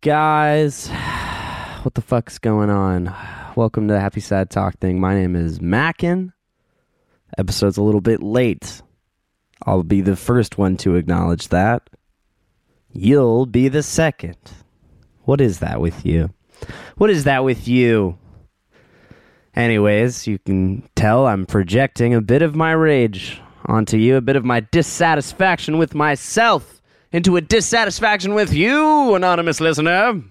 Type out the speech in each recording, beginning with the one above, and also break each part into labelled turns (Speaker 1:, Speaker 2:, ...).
Speaker 1: Guys, what the fuck's going on? Welcome to the Happy Sad Talk thing. My name is Mackin. Episode's a little bit late. I'll be the first one to acknowledge that. You'll be the second. What is that with you? What is that with you? Anyways, you can tell I'm projecting a bit of my rage onto you, a bit of my dissatisfaction with myself into a dissatisfaction with you, anonymous listener.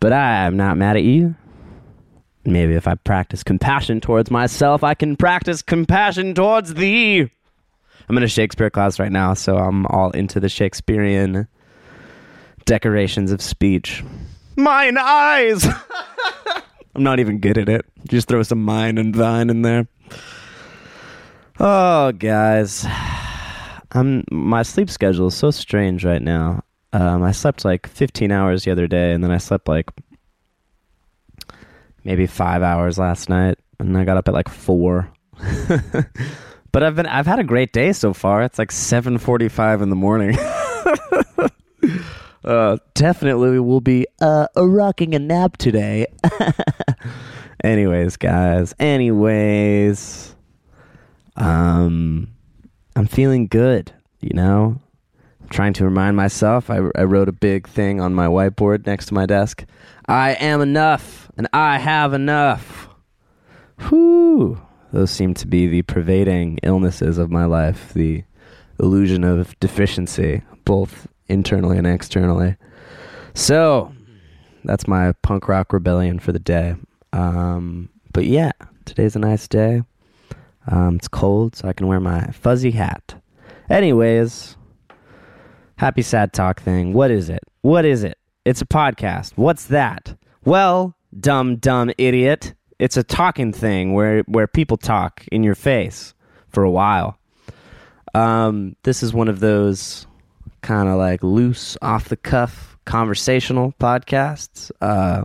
Speaker 1: But I'm not mad at you. Maybe if I practice compassion towards myself, I can practice compassion towards thee. I'm in a Shakespeare class right now, so I'm all into the Shakespearean decorations of speech. Mine eyes! I'm not even good at it. Just throw some mine and thine in there. Oh, guys, I'm my sleep schedule is so strange right now. Um, I slept like 15 hours the other day, and then I slept like maybe five hours last night, and I got up at like four. but I've been I've had a great day so far. It's like 7:45 in the morning. uh, definitely will be uh, rocking a nap today. Anyways, guys. Anyways, um, I'm feeling good. You know, I'm trying to remind myself. I, I wrote a big thing on my whiteboard next to my desk. I am enough, and I have enough. Whew. Those seem to be the pervading illnesses of my life. The illusion of deficiency, both internally and externally. So that's my punk rock rebellion for the day. Um, but yeah, today's a nice day. Um, it's cold, so I can wear my fuzzy hat. Anyways, happy sad talk thing. What is it? What is it? It's a podcast. What's that? Well, dumb dumb idiot. It's a talking thing where where people talk in your face for a while. Um, this is one of those kind of like loose, off the cuff, conversational podcasts. Uh,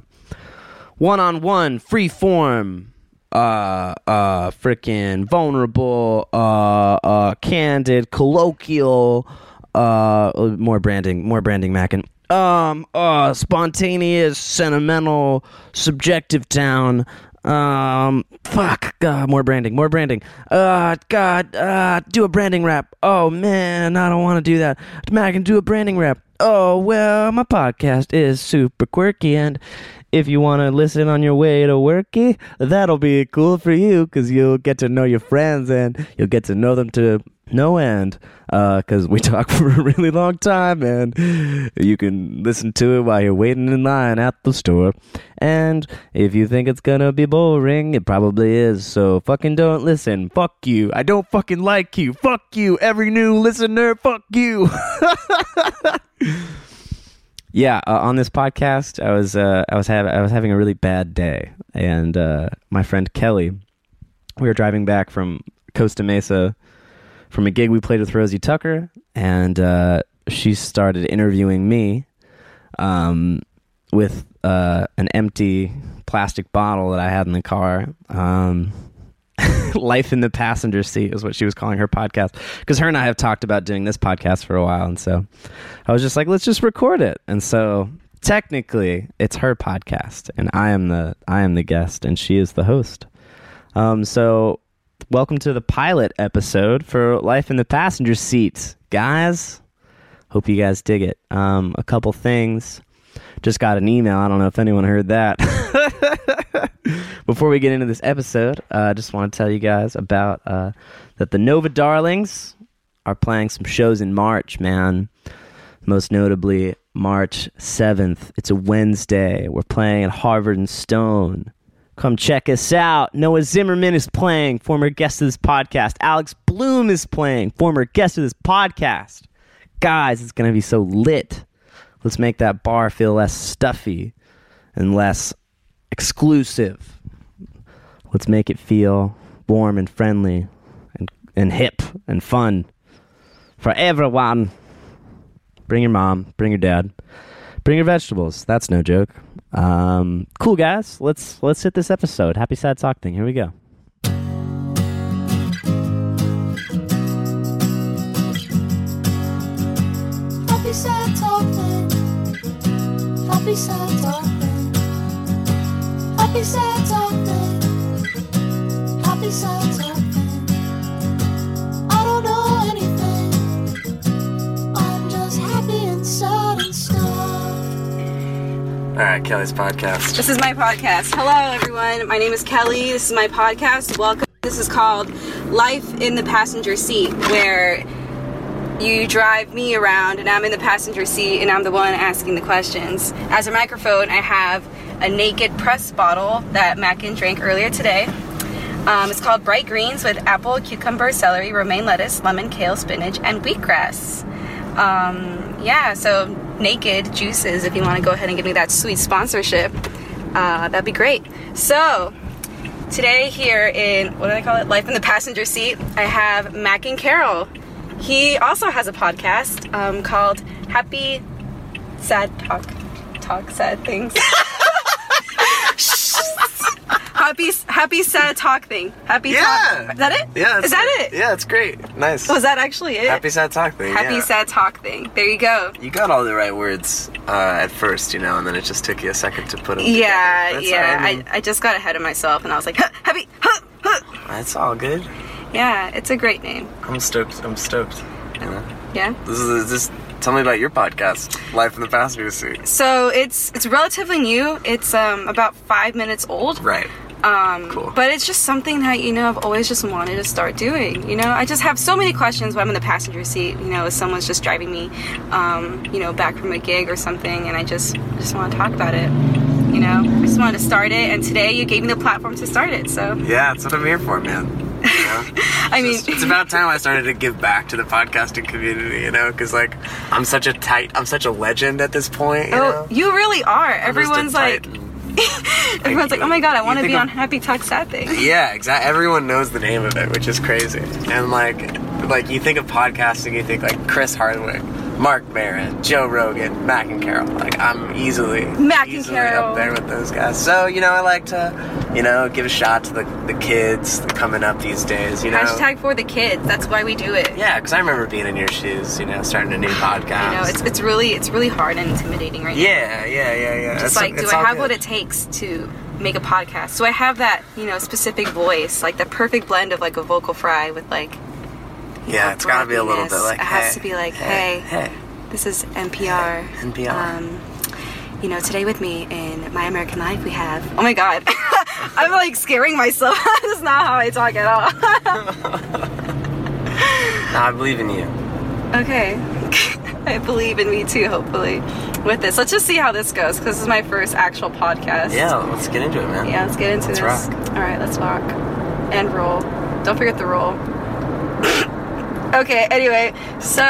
Speaker 1: one on one, free form, uh, uh, freaking vulnerable, uh, uh, candid, colloquial, uh, more branding, more branding, Mackin. Um, uh, spontaneous, sentimental, subjective town. Um, fuck, God, more branding, more branding. Uh, God, uh, do a branding rap. Oh man, I don't want to do that. Man, I can do a branding rap. Oh well, my podcast is super quirky, and if you want to listen on your way to worky, that'll be cool for you because you'll get to know your friends and you'll get to know them to no end because we talk for a really long time and you can listen to it while you're waiting in line at the store. And if you think it's gonna be boring, it probably is. So fucking don't listen. Fuck you. I don't fucking like you. Fuck you. Every new listener, fuck you. yeah, uh, on this podcast, I was uh, I was have I was having a really bad day, and uh, my friend Kelly, we were driving back from Costa Mesa from a gig we played with Rosie Tucker, and uh, she started interviewing me um, with uh, an empty plastic bottle that I had in the car. Um, Life in the passenger seat is what she was calling her podcast because her and I have talked about doing this podcast for a while, and so I was just like, let's just record it. And so technically, it's her podcast, and I am the I am the guest, and she is the host. Um, so welcome to the pilot episode for Life in the Passenger Seat, guys. Hope you guys dig it. Um, a couple things. Just got an email. I don't know if anyone heard that. Before we get into this episode, uh, I just want to tell you guys about uh, that the Nova Darlings are playing some shows in March, man. Most notably, March 7th. It's a Wednesday. We're playing at Harvard and Stone. Come check us out. Noah Zimmerman is playing, former guest of this podcast. Alex Bloom is playing, former guest of this podcast. Guys, it's going to be so lit. Let's make that bar feel less stuffy and less exclusive. Let's make it feel warm and friendly and, and hip and fun for everyone. Bring your mom, bring your dad, bring your vegetables. That's no joke. Um, cool guys, let's let's hit this episode. Happy sad sock thing. Here we go.
Speaker 2: Happy sad talk then. Happy sad talking. Happy sad talking. Happy sad talking. I don't know anything. I'm just happy and sad and stuff.
Speaker 3: All right, Kelly's podcast.
Speaker 4: This is my podcast. Hello, everyone. My name is Kelly. This is my podcast. Welcome. This is called Life in the Passenger Seat, where you drive me around and I'm in the passenger seat and I'm the one asking the questions. As a microphone, I have a naked press bottle that Mackin drank earlier today. Um, it's called Bright Greens with apple, cucumber, celery, romaine lettuce, lemon, kale, spinach, and wheatgrass. Um, yeah, so Naked Juices, if you want to go ahead and give me that sweet sponsorship, uh, that'd be great. So, today here in, what do they call it? Life in the Passenger Seat, I have Mac and Carol. He also has a podcast um, called Happy Sad Talk. Talk Sad Things. happy, happy Sad Talk Thing. Happy
Speaker 3: Yeah.
Speaker 4: Talk. Is that it?
Speaker 3: Yeah.
Speaker 4: Is that it?
Speaker 3: Yeah, it's great. Nice.
Speaker 4: Was that actually it?
Speaker 3: Happy sad talk thing.
Speaker 4: Happy
Speaker 3: yeah.
Speaker 4: sad talk thing. There you go.
Speaker 3: You got all the right words uh, at first, you know, and then it just took you a second to put them.
Speaker 4: Yeah,
Speaker 3: together. That's
Speaker 4: yeah.
Speaker 3: all
Speaker 4: I,
Speaker 3: I mean.
Speaker 4: I, just got ahead of myself and I was like, huh, happy, huh, huh.
Speaker 3: That's all good.
Speaker 4: Yeah, it's a great name.
Speaker 3: I'm stoked. I'm stoked. You know,
Speaker 4: Yeah.
Speaker 3: this is this. Tell me about your podcast, Life in the Passenger Seat.
Speaker 4: So it's it's relatively new. It's um about five minutes old.
Speaker 3: Right.
Speaker 4: Um,
Speaker 3: Cool.
Speaker 4: But it's just something that, you know, I've always just wanted to start doing. You know, I just have so many questions when I'm in the passenger seat, you know, if someone's just driving me, um, you know, back from a gig or something, and I just just want to talk about it. You know, I just wanted to start it, and today you gave me the platform to start it. So,
Speaker 3: Yeah, that's what I'm here for, man. You know?
Speaker 4: I mean,
Speaker 3: it's, it's about time I started to give back to the podcasting community, you know, because like I'm such a tight, I'm such a legend at this point. You
Speaker 4: oh,
Speaker 3: know?
Speaker 4: you really are.
Speaker 3: I'm just a
Speaker 4: Everyone's like,
Speaker 3: tight-
Speaker 4: everyone's like, oh my god, I
Speaker 3: You
Speaker 4: want to
Speaker 3: think
Speaker 4: be
Speaker 3: I'm-
Speaker 4: on Happy Talk Sad Thing.
Speaker 3: Yeah, exactly. Everyone knows the name of it, which is crazy. And like, like you think of podcasting, you think like Chris Hardwick, Mark Maron, Joe Rogan, Mac and Carol. Like I'm easily
Speaker 4: Mac and
Speaker 3: easily
Speaker 4: Carol.
Speaker 3: up there with those guys. So you know, I like to, you know, give a shot to the the kids that are coming up these days. You know.
Speaker 4: Hashtag for the kids. That's why we do it.
Speaker 3: yeah, because I remember being in your shoes, you know, starting a new podcast.
Speaker 4: You know, it's it's really it's really hard and intimidating right now.
Speaker 3: yeah, yeah, yeah, yeah. It's-
Speaker 4: Just like, do
Speaker 3: it's
Speaker 4: I
Speaker 3: all
Speaker 4: have what
Speaker 3: good.
Speaker 4: it takes to make a podcast? Do I have that, you know, specific voice, like the perfect blend of like a vocal fry with like,
Speaker 3: Yeah, it's got to be a little bit
Speaker 4: brothiness?
Speaker 3: like.
Speaker 4: It
Speaker 3: hey,
Speaker 4: has to be like,
Speaker 3: hey,
Speaker 4: this is NPR.
Speaker 3: NPR.
Speaker 4: Um, you know, today with me in My American Life, we have. Oh my God, I'm like scaring myself. That's not how I talk at all.
Speaker 3: No, I believe in you.
Speaker 4: Okay. I believe in me too, hopefully, with this. Let's just see how this goes, because this is my first actual podcast.
Speaker 3: Yeah, let's get into it, man.
Speaker 4: Yeah, let's get into
Speaker 3: Let's
Speaker 4: this.
Speaker 3: rock.
Speaker 4: All right, let's rock. And roll. Don't forget the roll. okay, anyway, so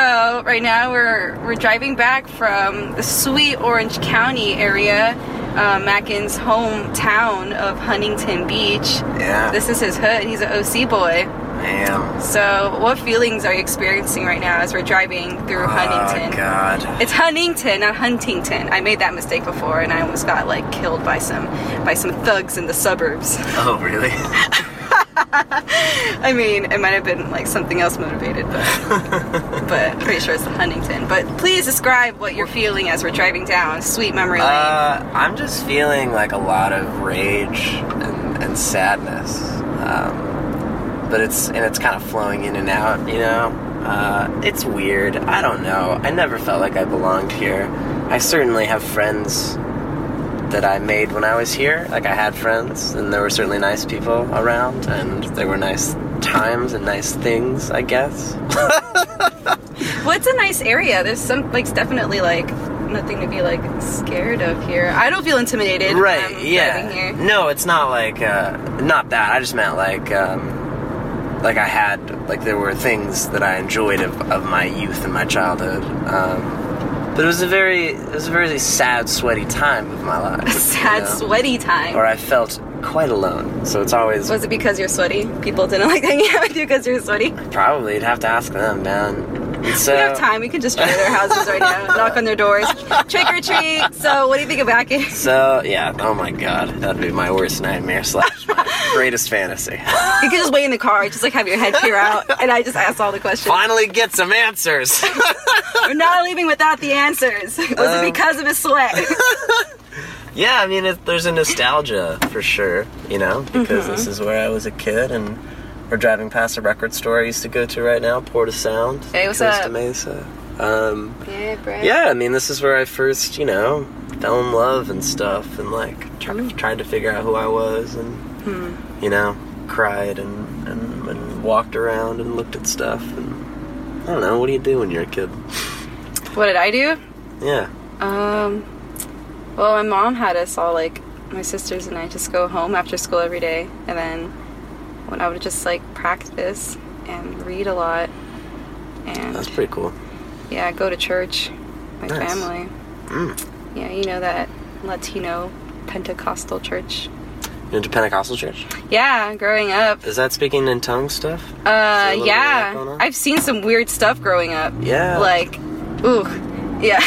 Speaker 4: right now we're we're driving back from the sweet Orange County area, uh, Mackin's hometown of Huntington Beach.
Speaker 3: Yeah.
Speaker 4: This is his hood. He's an OC boy.
Speaker 3: I am.
Speaker 4: So, what feelings are you experiencing right now as we're driving through
Speaker 3: Oh,
Speaker 4: Huntington?
Speaker 3: God.
Speaker 4: It's Huntington, not Huntington. I made that mistake before, and I almost got like killed by some by some thugs in the suburbs.
Speaker 3: Oh, really?
Speaker 4: I mean, it might have been like something else motivated, but but pretty sure it's the Huntington. But please describe what you're feeling as we're driving down Sweet Memory Lane.
Speaker 3: Uh, I'm just feeling like a lot of rage and, and sadness. Um, but it's, and it's kind of flowing in and out, you know? Uh, it's weird. I don't know. I never felt like I belonged here. I certainly have friends that I made when I was here. Like, I had friends, and there were certainly nice people around, and there were nice times and nice things, I guess.
Speaker 4: well, it's a nice area. There's some like definitely like nothing to be like scared of here. I don't feel intimidated.
Speaker 3: right
Speaker 4: um,
Speaker 3: yeah
Speaker 4: driving here.
Speaker 3: no it's not like uh not that i just meant like um like i had like there were things that i enjoyed of, of my youth and my childhood um but it was a very it was a very sad sweaty time of my life
Speaker 4: Sad,
Speaker 3: you know,
Speaker 4: sweaty time.
Speaker 3: where i felt quite alone so it's always
Speaker 4: Was it because you're sweaty? People didn't like hanging out with you because you're sweaty.
Speaker 3: probably you'd have to ask them man uh, So
Speaker 4: We have time. We could just try their houses right now, knock on their doors, trick or treat. So, what do you think of back in?
Speaker 3: So yeah, oh my god, that'd be my worst nightmare slash my greatest fantasy.
Speaker 4: You could just wait in the car, just like have your head peer out, and I just ask all the questions.
Speaker 3: Finally get some answers.
Speaker 4: We're not leaving without the answers. Was
Speaker 3: Uh.
Speaker 4: it because of his sweat?
Speaker 3: yeah, I mean, it, there's a nostalgia for sure, you know, because
Speaker 4: Mm-hmm.
Speaker 3: this is where I was a kid and we're driving past a record store I used to go to right now, Port of Sound,
Speaker 4: Hey, what's
Speaker 3: Costa
Speaker 4: up?
Speaker 3: Mesa. Um,
Speaker 4: yeah, bro.
Speaker 3: yeah, I mean, this is where I first, you know, fell in love and stuff and like tr-
Speaker 4: Mm.
Speaker 3: tried to figure out who I was and,
Speaker 4: Hmm.
Speaker 3: you know, cried and, and, and walked around and looked at stuff. And I don't know, what do you do when you're a kid?
Speaker 4: What did I do?
Speaker 3: Yeah.
Speaker 4: Um, well, my mom had us all like my sisters and I just go home after school every day, and then when I would just like practice and read a lot, and
Speaker 3: That's pretty cool.
Speaker 4: yeah, go to church, my
Speaker 3: Nice.
Speaker 4: family.
Speaker 3: Mm.
Speaker 4: Yeah, you know that Latino Pentecostal church.
Speaker 3: You went to Pentecostal church?
Speaker 4: Yeah, growing up.
Speaker 3: Is that speaking in tongues stuff? a
Speaker 4: Uh,
Speaker 3: little bit of that going
Speaker 4: yeah.
Speaker 3: on?
Speaker 4: I've seen some weird stuff growing up.
Speaker 3: Yeah.
Speaker 4: Like, ooh, yeah.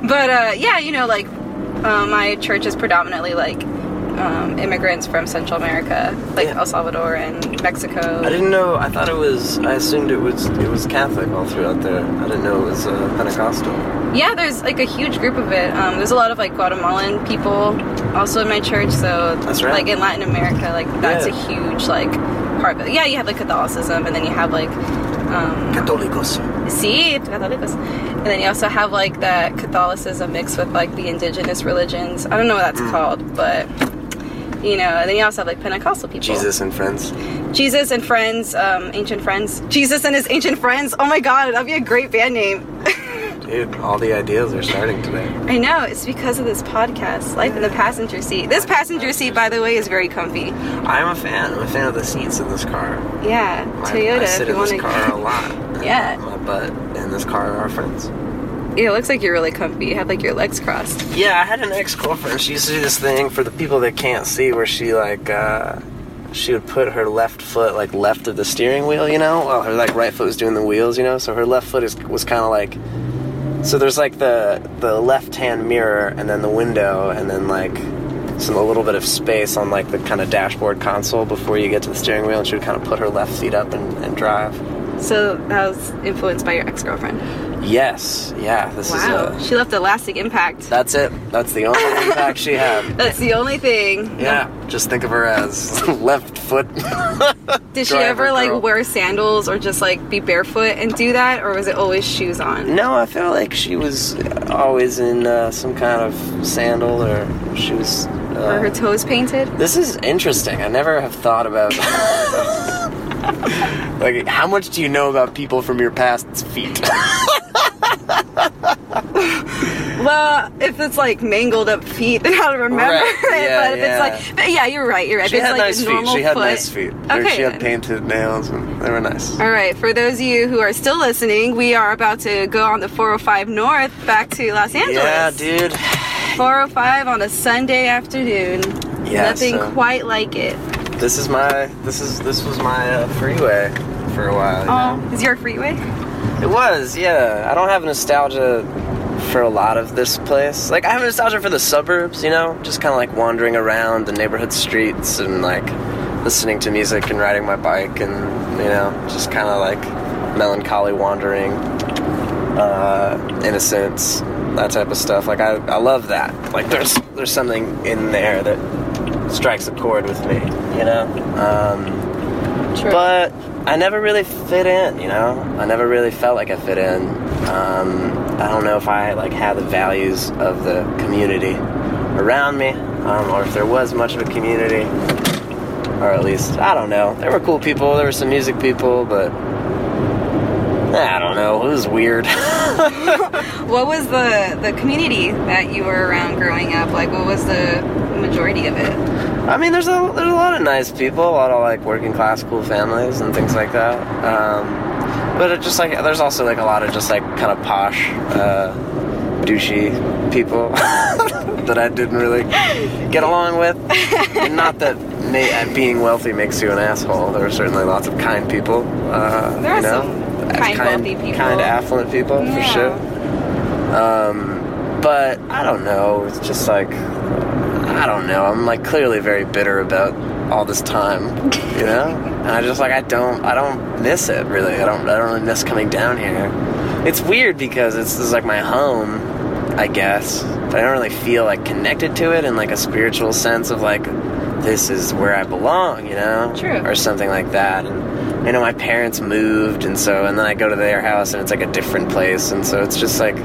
Speaker 4: but uh, yeah, you know, like uh, my church is predominantly like um, immigrants from Central America, like
Speaker 3: Yeah.
Speaker 4: El Salvador and Mexico.
Speaker 3: I didn't know. I thought it was. I assumed it was. It was Catholic all throughout there. I didn't know it was uh, Pentecostal.
Speaker 4: Yeah, there's like a huge group of it. Um, there's a lot of like Guatemalan people also in my church. So
Speaker 3: That's right.
Speaker 4: like in Latin America, like that's
Speaker 3: Yeah.
Speaker 4: a huge like part. But yeah, you have like Catholicism, and then you have like um,
Speaker 3: Católicos.
Speaker 4: See, Católicos. And then you also have like that Catholicism mixed with like the indigenous religions. I don't know what that's
Speaker 3: Mm.
Speaker 4: called, but you know. And then you also have like Pentecostal people.
Speaker 3: Jesus and friends.
Speaker 4: Jesus and friends, um, ancient friends. Jesus and his ancient friends. Oh my God, that'd be a great band name.
Speaker 3: Dude, all the ideas are starting today.
Speaker 4: I know it's because of this podcast, Life in the Passenger Seat. This passenger seat, by the way, is very comfy.
Speaker 3: I'm a fan. I'm a fan of the seats in this car.
Speaker 4: Yeah,
Speaker 3: I-
Speaker 4: Toyota.
Speaker 3: I sit
Speaker 4: if you
Speaker 3: in this
Speaker 4: wanna-
Speaker 3: car a lot.
Speaker 4: Yeah.
Speaker 3: My butt in this car are our friends.
Speaker 4: it looks like you're really comfy. You have like your legs crossed.
Speaker 3: Yeah, I had an ex-girlfriend. She used to do this thing for the people that can't see, where she like, uh, she would put her left foot like left of the steering wheel, you know, while her like right foot was doing the wheels, you know. So her left foot is was kind of like, so there's like the the left-hand mirror and then the window and then like some a little bit of space on like the kind of dashboard console before you get to the steering wheel, and she would kind of put her left feet up and, and drive.
Speaker 4: So that was influenced by your ex-girlfriend.
Speaker 3: Yes, yeah, this
Speaker 4: Wow,
Speaker 3: is. A,
Speaker 4: she left elastic impact.
Speaker 3: that's it. That's the only impact she had.
Speaker 4: That's the only thing.
Speaker 3: Yeah, just think of her as left foot.
Speaker 4: Did she
Speaker 3: Driver
Speaker 4: ever like
Speaker 3: girl.
Speaker 4: wear sandals or just like be barefoot and do that, or was it always shoes on?
Speaker 3: no, I feel like she was always in uh, some kind of sandal or she was.
Speaker 4: Were her
Speaker 3: Uh,
Speaker 4: toes painted?
Speaker 3: this is interesting. I never have thought about. like, how much do you know about people from your past's feet?
Speaker 4: Well, if it's like mangled up feet, then I'll remember
Speaker 3: Right,
Speaker 4: it.
Speaker 3: yeah,
Speaker 4: but if
Speaker 3: yeah.
Speaker 4: it's like, but yeah, you're right. You're right.
Speaker 3: she
Speaker 4: if it's
Speaker 3: had
Speaker 4: like
Speaker 3: nice
Speaker 4: a
Speaker 3: feet.
Speaker 4: normal
Speaker 3: She had
Speaker 4: foot.
Speaker 3: nice feet. Or
Speaker 4: Okay.
Speaker 3: she had
Speaker 4: then.
Speaker 3: painted nails and they were nice.
Speaker 4: All right, for those of you who are still listening, we are about to go on the 405 North back to Los Angeles.
Speaker 3: Yeah, dude.
Speaker 4: 405 on a Sunday afternoon.
Speaker 3: Yeah,
Speaker 4: Nothing
Speaker 3: so-
Speaker 4: quite like it.
Speaker 3: This is my. This is this was my uh, freeway for a while. you know?
Speaker 4: Oh, is your freeway?
Speaker 3: It was, yeah. I don't have nostalgia for a lot of this place. Like, I have nostalgia for the suburbs, you know? Just kind of like wandering around the neighborhood streets and like listening to music and riding my bike and, you know, just kind of like melancholy wandering, uh, innocence, that type of stuff. Like, I, I love that. Like, there's, there's something in there that strikes a chord with me, you know? Um,
Speaker 4: Sure.
Speaker 3: but I never really fit in, you know. I never really felt like I fit in. Um, I don't know if I like had the values of the community around me, um, or if there was much of a community, or at least I don't know. There were cool people. There were some music people, but I don't know. It was weird.
Speaker 4: What was the the community that you were around growing up? Like, what was the majority of it?
Speaker 3: I mean, there's a there's a lot of nice people, a lot of like working class cool families and things like that. Um, but it just like there's also like a lot of just like kind of posh, uh, douchey people that I didn't really get along with. and not that ma- being wealthy makes you an asshole. There are certainly lots of kind people. Uh,
Speaker 4: There are
Speaker 3: you know?
Speaker 4: some Kind,
Speaker 3: kind,
Speaker 4: wealthy people.
Speaker 3: kind of affluent people for
Speaker 4: Yeah.
Speaker 3: sure. Um, but I don't know. It's just like I don't know. I'm like clearly very bitter about all this time, you know. and I just like I don't I don't miss it really. I don't I don't really miss coming down here. It's weird because it's this is like my home, I guess. But I don't really feel like connected to it in like a spiritual sense of like this is where I belong, you know,
Speaker 4: True.
Speaker 3: or something like that. And you know, my parents moved, and so and then I go to their house, and it's like a different place, and so it's just like.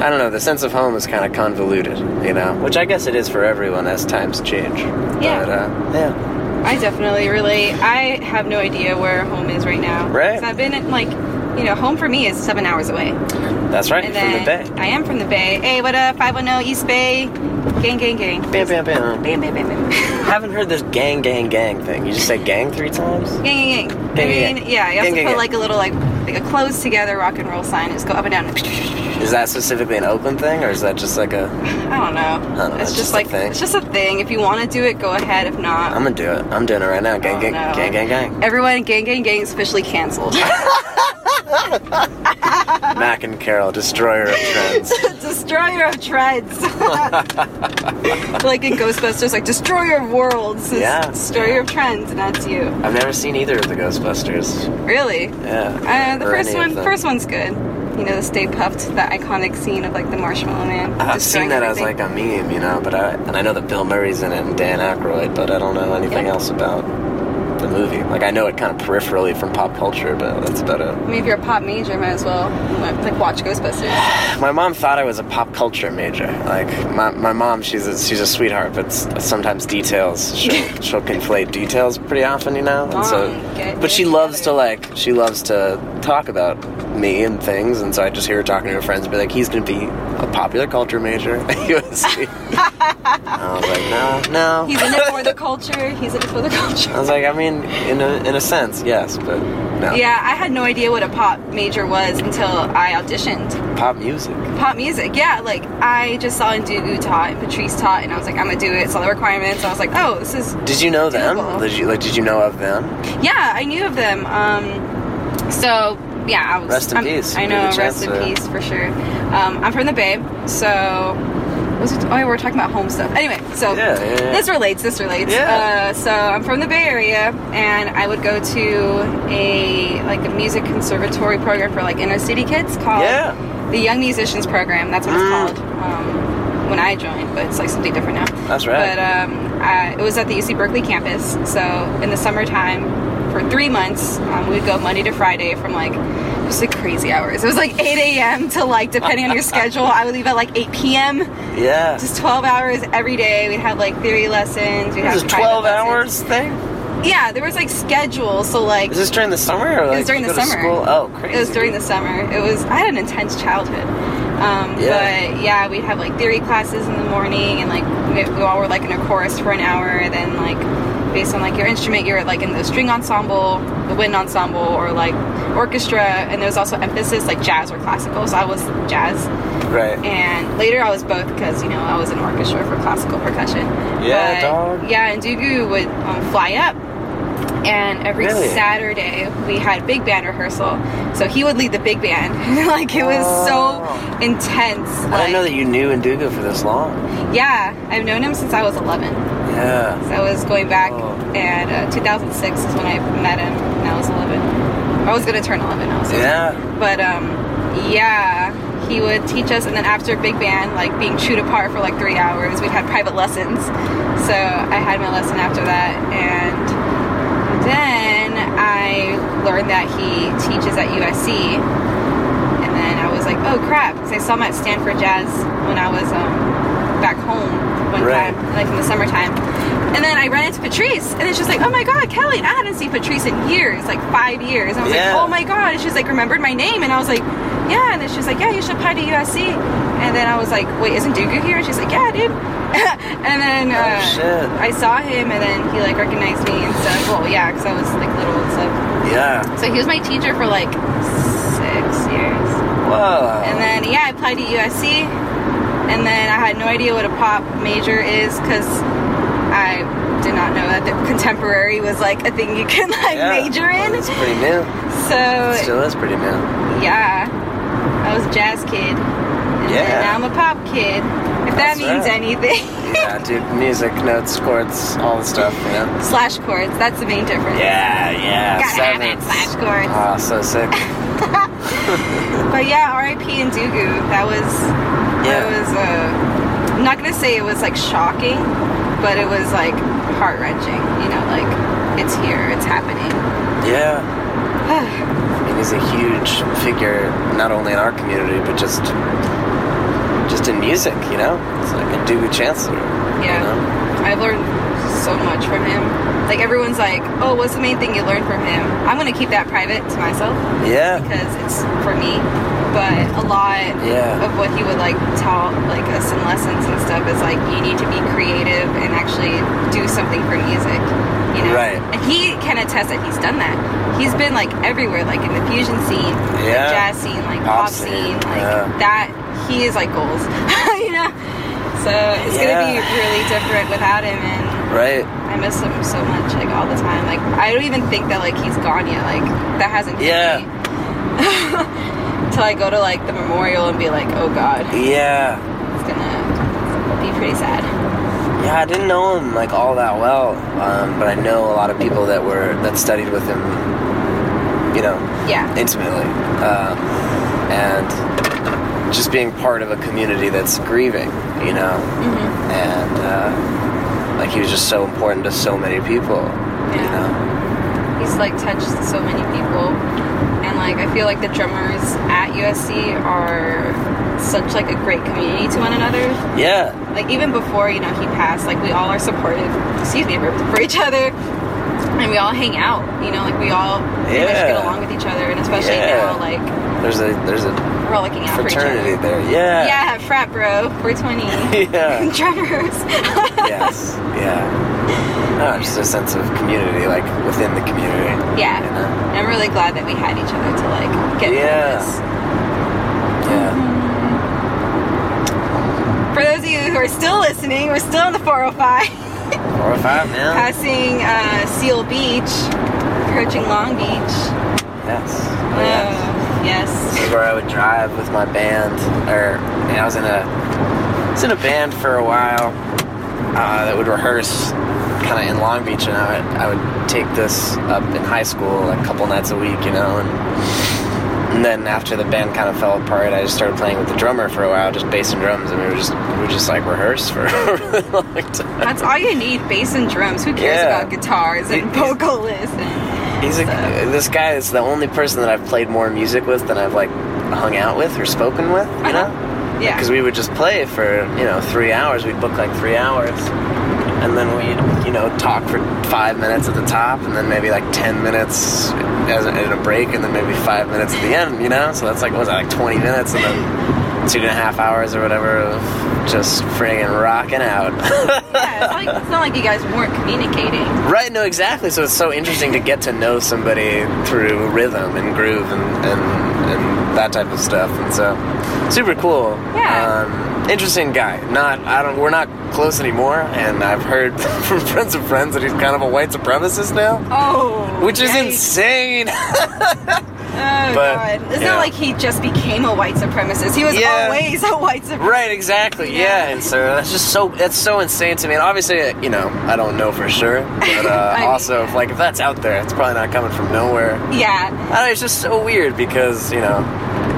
Speaker 3: I don't know, the sense of home is kind of convoluted, you know? Which I guess it is for everyone as times change.
Speaker 4: Yeah.
Speaker 3: But, uh, yeah.
Speaker 4: I definitely relate. I have no idea where home is right now.
Speaker 3: Right.
Speaker 4: 'Cause I've been like, you know, home for me is seven hours away.
Speaker 3: That's right,
Speaker 4: And
Speaker 3: from the
Speaker 4: then
Speaker 3: Bay.
Speaker 4: I am from the Bay. Hey, what up? 510 East Bay. Gang, gang, gang.
Speaker 3: Bam, bam, bam.
Speaker 4: Bam, bam, bam, bam. gang,
Speaker 3: Haven't heard this gang, gang, gang thing. You just said gang three times?
Speaker 4: gang, gang.
Speaker 3: Gang,
Speaker 4: I
Speaker 3: gang,
Speaker 4: mean,
Speaker 3: gang.
Speaker 4: yeah, you have
Speaker 3: Gang,
Speaker 4: to
Speaker 3: gang,
Speaker 4: put
Speaker 3: gang.
Speaker 4: like a little like like a close together rock and roll sign. Just go up and down. I
Speaker 3: Is that specifically an Oakland thing, or is that just like a.
Speaker 4: don't know.
Speaker 3: don't know, it's
Speaker 4: it's, just
Speaker 3: just a
Speaker 4: like
Speaker 3: thing.
Speaker 4: it's just a thing. If you want to do it, go ahead. If not,
Speaker 3: I'm gonna do it. I'm doing it right now. Gang,
Speaker 4: Oh,
Speaker 3: gang,
Speaker 4: no.
Speaker 3: gang, gang, gang.
Speaker 4: everyone, gang, gang, gang is officially canceled.
Speaker 3: Mac and Carol, destroyer of trends.
Speaker 4: Destroyer of treads. like in Ghostbusters, like destroyer of worlds. It's
Speaker 3: Yeah.
Speaker 4: Destroyer of trends, and that's you.
Speaker 3: I've never seen either of the Ghostbusters.
Speaker 4: Really?
Speaker 3: Yeah.
Speaker 4: Uh, the
Speaker 3: or
Speaker 4: first
Speaker 3: any of
Speaker 4: one,
Speaker 3: them.
Speaker 4: first one's good. You know, the Stay Puffed, that iconic scene of like the Marshmallow Man.
Speaker 3: I've
Speaker 4: destroying
Speaker 3: seen that as
Speaker 4: everything.
Speaker 3: like a meme, you know, but I and I know that Bill Murray's in it and Dan Aykroyd, but I don't know anything
Speaker 4: Yeah.
Speaker 3: else about the movie. Like I know it kind of peripherally from pop culture, but that's about
Speaker 4: I
Speaker 3: it.
Speaker 4: mean, if you're a pop major, might as well like watch Ghostbusters.
Speaker 3: My mom thought I was a pop culture major. Like my, my mom, she's a, she's a sweetheart, but s- sometimes details she'll, she'll conflate details pretty often, you know. And
Speaker 4: Mom, get
Speaker 3: so,
Speaker 4: it
Speaker 3: but she loves to
Speaker 4: together.
Speaker 3: like she loves to talk about me and things, and so I just hear her talking to her friends, and be like, he's gonna be a popular culture major at USC. I was like, no, no.
Speaker 4: He's in it for the culture. He's in it for the culture.
Speaker 3: I was like, I mean, in a, in a sense, yes, but no.
Speaker 4: Yeah, I had no idea what a pop major was until I auditioned.
Speaker 3: Pop music.
Speaker 4: pop music. Yeah, like I just saw Ndugu taught and Patrice taught, and I was like, I'm gonna do it. Saw the requirements. I was like, oh, this is.
Speaker 3: Did you know them?
Speaker 4: Doable.
Speaker 3: Did you like? Did you know of them?
Speaker 4: Yeah, I knew of them. Um, so yeah, I was.
Speaker 3: Rest in
Speaker 4: I'm-
Speaker 3: peace.
Speaker 4: I
Speaker 3: Give it
Speaker 4: know,
Speaker 3: a
Speaker 4: rest
Speaker 3: chance
Speaker 4: in
Speaker 3: to-
Speaker 4: peace for sure. Um, I'm from the Bay, so. Was it, oh, yeah, we're talking about home stuff. Anyway, so
Speaker 3: Yeah, yeah, yeah.
Speaker 4: this relates. This relates.
Speaker 3: Yeah.
Speaker 4: Uh, so I'm from the Bay Area, and I would go to a like a music conservatory program for like inner city kids called
Speaker 3: Yeah.
Speaker 4: the Young Musicians Program. That's what it's
Speaker 3: Mm.
Speaker 4: called um, when I joined, but it's like something different now.
Speaker 3: That's right.
Speaker 4: But um, I, it was at the UC Berkeley campus. So in the summertime, for three months, um, we would go Monday to Friday from like it was like crazy hours. It was like 8 a.m. to like depending on your schedule. I would leave at like 8 p.m.
Speaker 3: yeah.
Speaker 4: Just 12 hours every day. We'd have like theory lessons. We'd
Speaker 3: this is
Speaker 4: have
Speaker 3: a
Speaker 4: private
Speaker 3: 12
Speaker 4: lessons.
Speaker 3: hours thing.
Speaker 4: Yeah, there was like schedules. So like
Speaker 3: Is this during the summer? Or, like,
Speaker 4: it was during
Speaker 3: you
Speaker 4: the
Speaker 3: go to
Speaker 4: summer.
Speaker 3: School? Oh, crazy.
Speaker 4: It was during the summer. It was I had an intense childhood. Um,
Speaker 3: Yeah.
Speaker 4: But yeah, we'd have like theory classes in the morning, and like we, we all were like in a chorus for an hour. And then like based on like your instrument, you're like in the string ensemble, the wind ensemble, or like orchestra. And there was also emphasis like jazz or classical. So I was jazz
Speaker 3: Right.
Speaker 4: and later I was both because you know I was in orchestra for classical percussion.
Speaker 3: Yeah, dog.
Speaker 4: Yeah, and Dugu would um, fly up, and every
Speaker 3: Really?
Speaker 4: Saturday we had big band rehearsal. So he would lead the big band. like it was
Speaker 3: Oh.
Speaker 4: so intense.
Speaker 3: I
Speaker 4: like-
Speaker 3: didn't know that you knew Indugo for this long.
Speaker 4: Yeah, I've known him since I was 11.
Speaker 3: Yeah.
Speaker 4: So I was going back,
Speaker 3: Oh.
Speaker 4: and uh, 2006 is when I met him, and I was 11. I was gonna turn 11. I was 11.
Speaker 3: Yeah.
Speaker 4: But um, yeah, he would teach us, and then after big band, like being chewed apart for like three hours, we'd have private lessons. So I had my lesson after that, and then I learned that he teaches at USC, and then I was like, oh crap, because I saw him at Stanford Jazz when I was um, back home one
Speaker 3: Right.
Speaker 4: time, like in the summertime. And then I ran into Patrice, and then she's like, "Oh my God, Kelly!" And I hadn't seen Patrice in years, like five years. And I was
Speaker 3: Yeah.
Speaker 4: like, "Oh my God!" And she's like, "Remembered my name?" And I was like, "Yeah." And then she's like, "Yeah, you should apply to USC." And then I was like, "Wait, isn't Dugu here?" And she's like, "Yeah, dude." and then
Speaker 3: Oh,
Speaker 4: uh,
Speaker 3: shit.
Speaker 4: I saw him, and then he like recognized me and stuff. Well, yeah, because I was like little and stuff.
Speaker 3: Yeah.
Speaker 4: So he was my teacher for like six years.
Speaker 3: Whoa.
Speaker 4: And then yeah, I applied to USC, and then I had no idea what a pop major is because I did not know that the contemporary was like a thing you can like
Speaker 3: Yeah.
Speaker 4: major in.
Speaker 3: It's pretty new. It
Speaker 4: So
Speaker 3: still is pretty new.
Speaker 4: yeah, I was a jazz kid. And
Speaker 3: Yeah.
Speaker 4: then now I'm a pop kid. If that
Speaker 3: That's
Speaker 4: means
Speaker 3: right.
Speaker 4: anything.
Speaker 3: Yeah, dude. Music, notes, chords, all the stuff. You know.
Speaker 4: slash chords. That's the main difference.
Speaker 3: Yeah, yeah.
Speaker 4: Gotta have it,
Speaker 3: sevenths.
Speaker 4: slash chords.
Speaker 3: Ah, so sick.
Speaker 4: But yeah, R.I.P. and Dugu. That was It
Speaker 3: Yeah.
Speaker 4: was, uh, I'm not gonna say it was like shocking, but it was like heart wrenching. You know, like it's here, it's happening.
Speaker 3: Yeah. I mean, he's a huge figure, not only in our community, but just just in music, you know? It's like a Doogie Chancellor.
Speaker 4: yeah, I've learned so much from him. Like everyone's like, oh, what's the main thing you learned from him? I'm gonna keep that private to myself
Speaker 3: You know? Yeah.
Speaker 4: because it's for me. But a lot
Speaker 3: Yeah.
Speaker 4: of what he would like tell like us in lessons and stuff is like you need to be creative and actually do something for music. You know?
Speaker 3: Right.
Speaker 4: And he can attest that he's done that. He's been like everywhere, like in the fusion scene,
Speaker 3: Yeah.
Speaker 4: the jazz scene, like
Speaker 3: Pop
Speaker 4: pop
Speaker 3: scene,
Speaker 4: scene, like
Speaker 3: yeah.
Speaker 4: that he is like goals. you know? So it's gonna be
Speaker 3: Yeah.
Speaker 4: really different without him and
Speaker 3: Right?
Speaker 4: I miss him so much, like all the time. Like I don't even think that like he's gone yet. Like that hasn't hit
Speaker 3: Yeah.
Speaker 4: me. Till I go to like the memorial and be like, oh god,
Speaker 3: Yeah.
Speaker 4: it's gonna be pretty sad.
Speaker 3: Yeah, I didn't know him like all that well, um, but I know a lot of people that were that studied with him, you know,
Speaker 4: Yeah.
Speaker 3: intimately um, and just being part of a community that's grieving you know
Speaker 4: Mm-hmm.
Speaker 3: and uh, like he was just so important to so many people
Speaker 4: Yeah. He's like touched so many people, and like I feel like the drummers at USC are such like a great community to one another.
Speaker 3: you know yeah
Speaker 4: like even before you know he passed like we all are supportive excuse me for, for each other and we all hang out you know like we all pretty much
Speaker 3: Yeah.
Speaker 4: get along with each other and especially
Speaker 3: Yeah.
Speaker 4: now like
Speaker 3: there's a there's a
Speaker 4: we're all looking out
Speaker 3: fraternity
Speaker 4: for each
Speaker 3: there
Speaker 4: other
Speaker 3: yeah
Speaker 4: yeah frat bro 420
Speaker 3: yeah
Speaker 4: drummers
Speaker 3: yes yeah no, just a sense of community like within the community
Speaker 4: yeah
Speaker 3: you know?
Speaker 4: and i'm really glad that we had each other to like get
Speaker 3: Yeah.
Speaker 4: through this
Speaker 3: yeah
Speaker 4: for those of you who are still listening we're still in the 405 Mm-hmm.
Speaker 3: four or five now
Speaker 4: passing uh, seal beach approaching long beach
Speaker 3: yes oh, yes
Speaker 4: Oh, yes
Speaker 3: is where I would drive with my band, or and I was in a I was in a band for a while uh, that would rehearse kind of in Long Beach, and I would, I would take this up in high school like, a couple nights a week, you know, and, and then after the band kind of fell apart, I just started playing with the drummer for a while, just bass and drums, and we were just we would just like rehearse for a really long time.
Speaker 4: That's all you need, bass and drums. Who cares
Speaker 3: Yeah.
Speaker 4: about guitars and
Speaker 3: It-
Speaker 4: vocalists? And,
Speaker 3: He's a, this guy is the only person that I've played more music with than I've like hung out with or spoken with, you know.
Speaker 4: yeah.
Speaker 3: because we would just play for you know three hours. We'd book like three hours, and then we'd you know talk for five minutes at the top, and then maybe like ten minutes as a, at a break, and then maybe five minutes at the end. You know, so that's like what was that like twenty minutes, and then two and a half hours or whatever of just friggin' rocking out.
Speaker 4: yeah it's, like, it's not like you guys weren't communicating.
Speaker 3: right? No, exactly. So it's so interesting to get to know somebody through rhythm and groove and and, and that type of stuff, and so super cool.
Speaker 4: Yeah.
Speaker 3: Um, interesting guy. Not I don't. We're not close anymore, and I've heard from friends of friends that he's kind of a white supremacist now.
Speaker 4: Oh.
Speaker 3: Which is
Speaker 4: yikes.
Speaker 3: insane.
Speaker 4: Oh,
Speaker 3: but,
Speaker 4: God. It's
Speaker 3: yeah.
Speaker 4: not like he just became a white supremacist. He was
Speaker 3: Yeah.
Speaker 4: always a white supremacist.
Speaker 3: Right, exactly. Yeah.
Speaker 4: Yeah.
Speaker 3: and so that's just so that's so insane to me. And obviously, uh, you know, I don't know for sure, but uh,
Speaker 4: I mean-
Speaker 3: also if, like if that's out there, it's probably not coming from nowhere.
Speaker 4: Yeah.
Speaker 3: I don't know, it's just so weird because you know,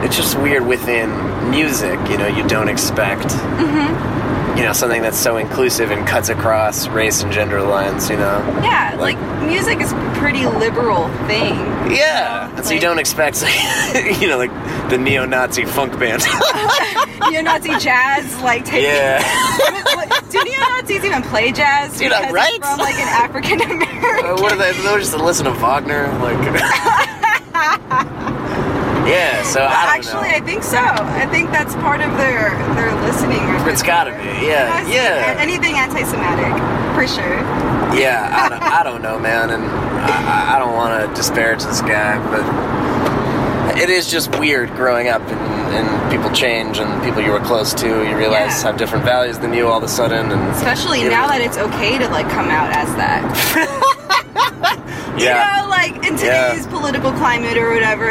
Speaker 3: it's just weird within music. You know, you don't expect you know something that's so inclusive and cuts across race and gender lines. You know,
Speaker 4: Yeah.
Speaker 3: Like-
Speaker 4: Like, music is a pretty liberal thing.
Speaker 3: yeah, and so you
Speaker 4: Like-
Speaker 3: don't expect you know like the neo-Nazi funk band.
Speaker 4: Neo Nazi jazz, like, taking.
Speaker 3: yeah,
Speaker 4: Do neo Nazis even play jazz?
Speaker 3: Dude, I'm
Speaker 4: Because it's
Speaker 3: right.
Speaker 4: From like an African American.
Speaker 3: Uh, what are they? They're just to listen to Wagner, like. yeah, so I don't
Speaker 4: Actually,
Speaker 3: know.
Speaker 4: I think so. I think that's part of their their listening.
Speaker 3: It's gotta
Speaker 4: repertoire.
Speaker 3: be, yeah, yeah.
Speaker 4: a- Anything anti-Semitic, for sure.
Speaker 3: Yeah, I don't, I don't know, man, and I, I- I don't want to disparage this guy, but it is just weird growing up in and people change and people you were close to you realize
Speaker 4: Yeah.
Speaker 3: have different values than you all of a sudden and
Speaker 4: Especially now that it's okay to like come out as that. You know, like in
Speaker 3: Yeah.
Speaker 4: today's political climate or whatever,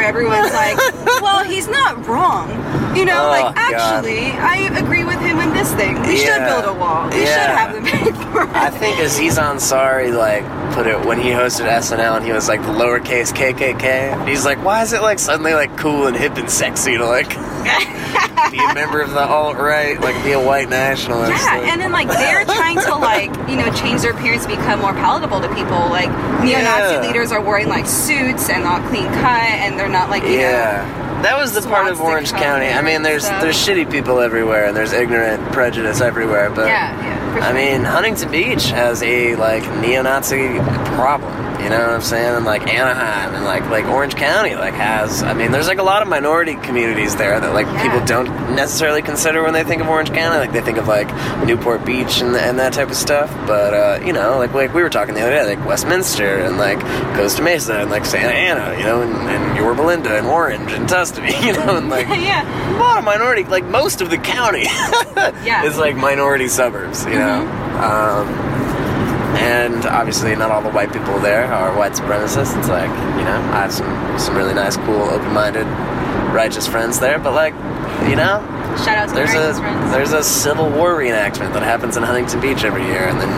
Speaker 4: everyone's like, well, he's not wrong. You know,
Speaker 3: Oh,
Speaker 4: like
Speaker 3: God.
Speaker 4: actually, I agree with him in this thing. We should
Speaker 3: Yeah.
Speaker 4: build a wall. We
Speaker 3: Yeah.
Speaker 4: should have the paper.
Speaker 3: I think Aziz Ansari like put it when he hosted SNL and he was like the lowercase KKK. And he's like, why is it like suddenly like cool and hip and sexy to like be a member of the alt right, like be a white nationalist?
Speaker 4: Yeah,
Speaker 3: like-
Speaker 4: and then like they're trying to like you know change their appearance to become more palatable to people. Like neo-Nazi
Speaker 3: Yeah.
Speaker 4: leaders are wearing like suits and not clean cut, and they're not like you
Speaker 3: Yeah. That was the part of
Speaker 4: swastika
Speaker 3: Orange County. I mean,
Speaker 4: and
Speaker 3: there's
Speaker 4: stuff.
Speaker 3: there's shitty people everywhere, and there's ignorant prejudice everywhere.
Speaker 4: know.
Speaker 3: But
Speaker 4: Yeah, yeah. for
Speaker 3: I
Speaker 4: sure.
Speaker 3: mean, Huntington Beach has a like neo-Nazi problem. You know what I'm saying? And like Anaheim and like like Orange County like has. I mean, there's like a lot of minority communities there that like
Speaker 4: Yeah.
Speaker 3: people don't necessarily consider when they think of Orange County. Like they think of like Newport Beach and, and that type of stuff. But uh, you know, like like we were talking the other day, like Westminster and like Costa Mesa and like Santa Ana, you know, and, and Yorba Linda and Orange and Tustin, you know, and like
Speaker 4: yeah,
Speaker 3: a lot of minority, like most of the county,
Speaker 4: Yeah. Mm-hmm.
Speaker 3: is like minority suburbs, you know. Um, and obviously, not all the white people there are white supremacists. It's like you know, I have some some really nice, cool, open-minded, righteous friends there, but like you know.
Speaker 4: shout out to
Speaker 3: There's
Speaker 4: America's
Speaker 3: a
Speaker 4: friends.
Speaker 3: there's a Civil War reenactment that happens in Huntington Beach every year, and then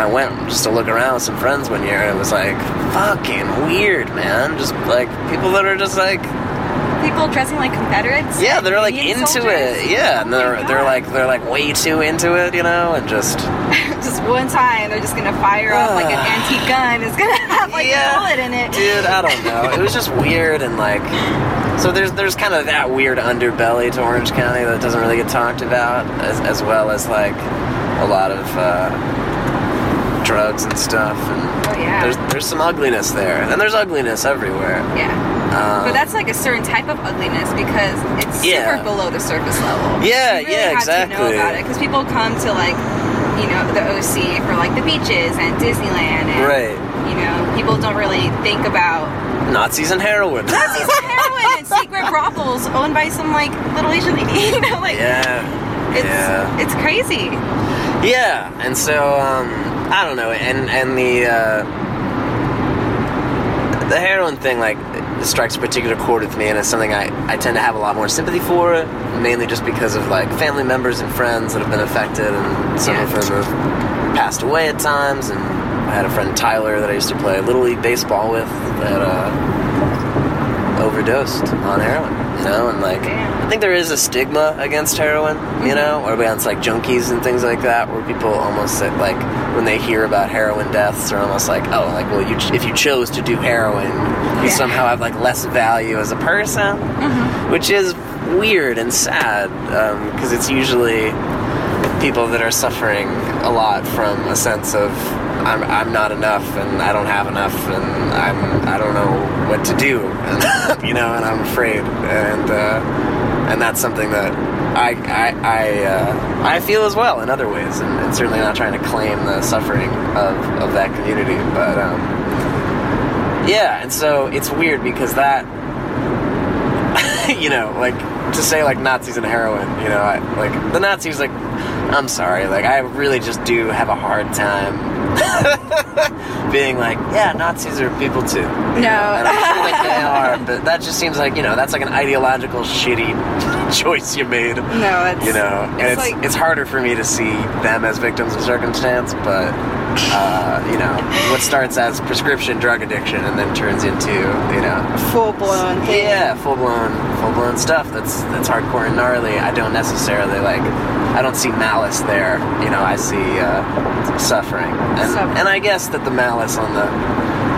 Speaker 3: I went just to look around with some friends one year, and it was like fucking weird, man. Just like people that are just like
Speaker 4: People dressing like Confederates.
Speaker 3: yeah,
Speaker 4: and
Speaker 3: they're like
Speaker 4: Union
Speaker 3: into
Speaker 4: soldiers.
Speaker 3: it. Yeah, and
Speaker 4: Oh my
Speaker 3: they're they're
Speaker 4: God.
Speaker 3: like they're like way too into it, you know, and just
Speaker 4: just one time they're just gonna fire up like an antique gun. It's gonna have like
Speaker 3: Ah. Yeah.
Speaker 4: a bullet in it.
Speaker 3: dude, I don't know. It was just weird and like so there's there's kind of that weird underbelly to Orange County that doesn't really get talked about, as as well as like a lot of uh, drugs and stuff. And
Speaker 4: Oh, yeah.
Speaker 3: there's there's some ugliness there, and there's ugliness everywhere.
Speaker 4: Yeah.
Speaker 3: Um,
Speaker 4: But that's like a certain type of ugliness because it's
Speaker 3: Yeah.
Speaker 4: super below the surface level.
Speaker 3: Yeah,
Speaker 4: you really
Speaker 3: yeah,
Speaker 4: have To know
Speaker 3: exactly.
Speaker 4: about it because people come to like, you know, the OC for like the beaches and Disneyland. And,
Speaker 3: right.
Speaker 4: You know, people don't really think about
Speaker 3: Nazis and heroin.
Speaker 4: Nazis and heroin and secret brothels owned by some like little Asian lady. You know, like
Speaker 3: yeah.
Speaker 4: it's
Speaker 3: yeah.
Speaker 4: it's crazy.
Speaker 3: Yeah, and so um, I don't know, and and the uh, the heroin thing like it strikes a particular chord with me, and it's something I, I tend to have a lot more sympathy for, mainly just because of like family members and friends that have been affected, and some of them have passed away at times, and I had a friend Tyler that I used to play little league baseball with that uh, overdosed on heroin, you know, and like.
Speaker 4: Damn.
Speaker 3: I think there is a stigma against heroin, you know, or against like junkies and things like that, where people almost sit, like when they hear about heroin deaths, are almost like, oh, like well, you ch- if you chose to do heroin, you
Speaker 4: Yeah.
Speaker 3: somehow have like less value as a person, which is weird and sad because it's usually people that are suffering a lot from a sense of I'm, I'm not enough and I don't have enough and I'm I don't know what to do and, you know and I'm afraid and uh, and that's something that I I I, uh, I feel as well in other ways and, and certainly not trying to claim the suffering of, of that community but um, yeah and so it's weird because that you know, like to say like Nazis and heroin, you know, I, like the Nazis, like I'm sorry, like I really just do have a hard time being like, yeah, Nazis are people too. No, and I'm sure like they are, but that just seems like you know that's like an ideological shitty choice you made.
Speaker 4: No, it's
Speaker 3: You know, and it's
Speaker 4: it's
Speaker 3: it's,
Speaker 4: like-
Speaker 3: harder for me to see them as victims of circumstance, but uh, you know, what starts as prescription drug addiction and then turns into you know
Speaker 4: full blown.
Speaker 3: yeah, full blown, full blown stuff. That's that's hardcore and gnarly. I don't necessarily like. I don't see malice there. You know, I see uh, suffering, and
Speaker 4: Suffering.
Speaker 3: and I guess that the malice on the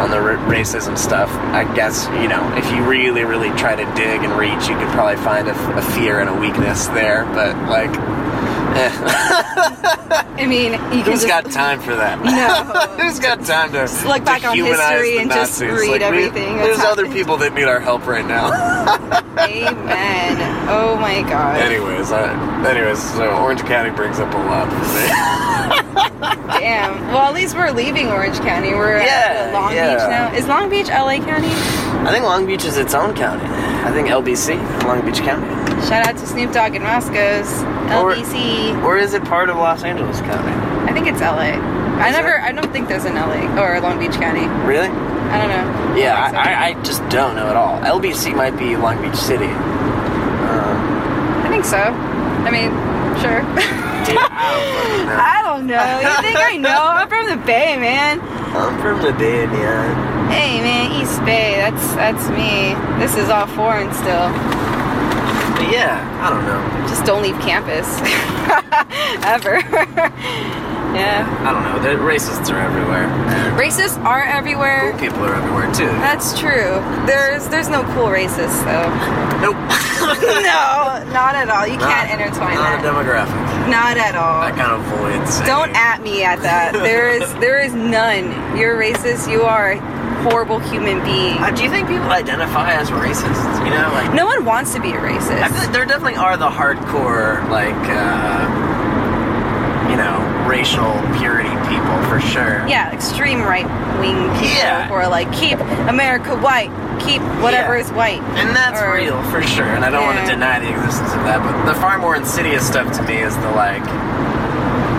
Speaker 3: on the ra- racism stuff. I guess you know, if you really, really try to dig and reach, you could probably find a, f- a fear and a weakness there. But like,
Speaker 4: I mean, you can
Speaker 3: who's
Speaker 4: just
Speaker 3: got time for that?
Speaker 4: no.
Speaker 3: Who's got time to
Speaker 4: look
Speaker 3: to
Speaker 4: back on
Speaker 3: humanize
Speaker 4: history
Speaker 3: the
Speaker 4: and just
Speaker 3: Nazis?
Speaker 4: read
Speaker 3: Like, we-
Speaker 4: everything
Speaker 3: There's
Speaker 4: that's
Speaker 3: other
Speaker 4: happened.
Speaker 3: people that need our help right now.
Speaker 4: Amen. Oh my God.
Speaker 3: Anyways, I, anyways, so Orange County brings up a lot for me.
Speaker 4: Damn. Well, at least we're leaving Orange County. We're
Speaker 3: Yeah,
Speaker 4: at Long
Speaker 3: yeah.
Speaker 4: Beach now. Is Long Beach LA County?
Speaker 3: I think Long Beach is its own county. I think LBC, Long Beach County.
Speaker 4: Shout out to Snoop Dogg and Roscoe's
Speaker 3: Or-
Speaker 4: LBC.
Speaker 3: Or is it part of Los Angeles County?
Speaker 4: I think it's LA. I
Speaker 3: Is
Speaker 4: never.
Speaker 3: it?
Speaker 4: I don't think there's an LA or Long Beach County.
Speaker 3: Really?
Speaker 4: I don't know.
Speaker 3: Yeah, I, I, I just don't know at all. LBC might be Long Beach City. Um,
Speaker 4: I think so. I mean, sure.
Speaker 3: dude, I
Speaker 4: I don't know. You think I know? I'm from the Bay, man.
Speaker 3: don't fucking know. I'm from the Bay, yeah.
Speaker 4: Hey, man, East Bay. That's that's me. This is all foreign still.
Speaker 3: But yeah, I don't know.
Speaker 4: Just don't leave campus ever. yeah.
Speaker 3: I don't know. The racists are everywhere.
Speaker 4: Racists are everywhere.
Speaker 3: Cool people are everywhere too.
Speaker 4: That's true. There's there's no cool racists though.
Speaker 3: Nope.
Speaker 4: no, not at all. You can't
Speaker 3: Not-
Speaker 4: intertwine
Speaker 3: Not a
Speaker 4: that.
Speaker 3: demographic.
Speaker 4: Not at
Speaker 3: That
Speaker 4: all.
Speaker 3: kind of voids.
Speaker 4: Don't at me at that. There is there is none. You're racist. You are a horrible human being.
Speaker 3: Uh, do you think people identify as racists? You know, like
Speaker 4: No one wants to be a
Speaker 3: I feel
Speaker 4: racist.
Speaker 3: like there definitely are the hardcore, like, uh, you know, racial purity people for sure.
Speaker 4: Yeah, extreme right wing people
Speaker 3: Yeah.
Speaker 4: who are like keep America white, keep whatever
Speaker 3: Yeah.
Speaker 4: is white.
Speaker 3: And that's
Speaker 4: Or-
Speaker 3: real for sure, and I don't want
Speaker 4: Yeah.
Speaker 3: to deny the existence of that. But the far more insidious stuff to me is the like,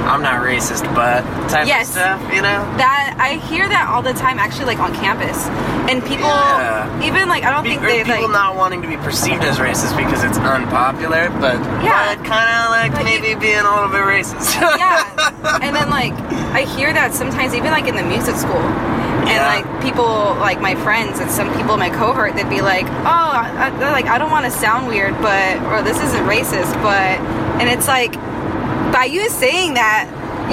Speaker 3: I'm not racist, but type
Speaker 4: Yes.
Speaker 3: of stuff. You know,
Speaker 4: That I hear that all the time actually like on campus. And people
Speaker 3: Yeah.
Speaker 4: even like I don't
Speaker 3: Be-
Speaker 4: think
Speaker 3: or
Speaker 4: they
Speaker 3: people
Speaker 4: like
Speaker 3: not wanting to be perceived as racist because it's unpopular, but
Speaker 4: Yeah.
Speaker 3: kind of like
Speaker 4: But you-
Speaker 3: maybe being a little bit racist.
Speaker 4: yeah and then like i hear that sometimes even like in the music school and
Speaker 3: Yeah.
Speaker 4: like people like my friends and some people in my cohort they'd be like oh I, I, like i don't want to sound weird but or this isn't racist but and it's like by you saying that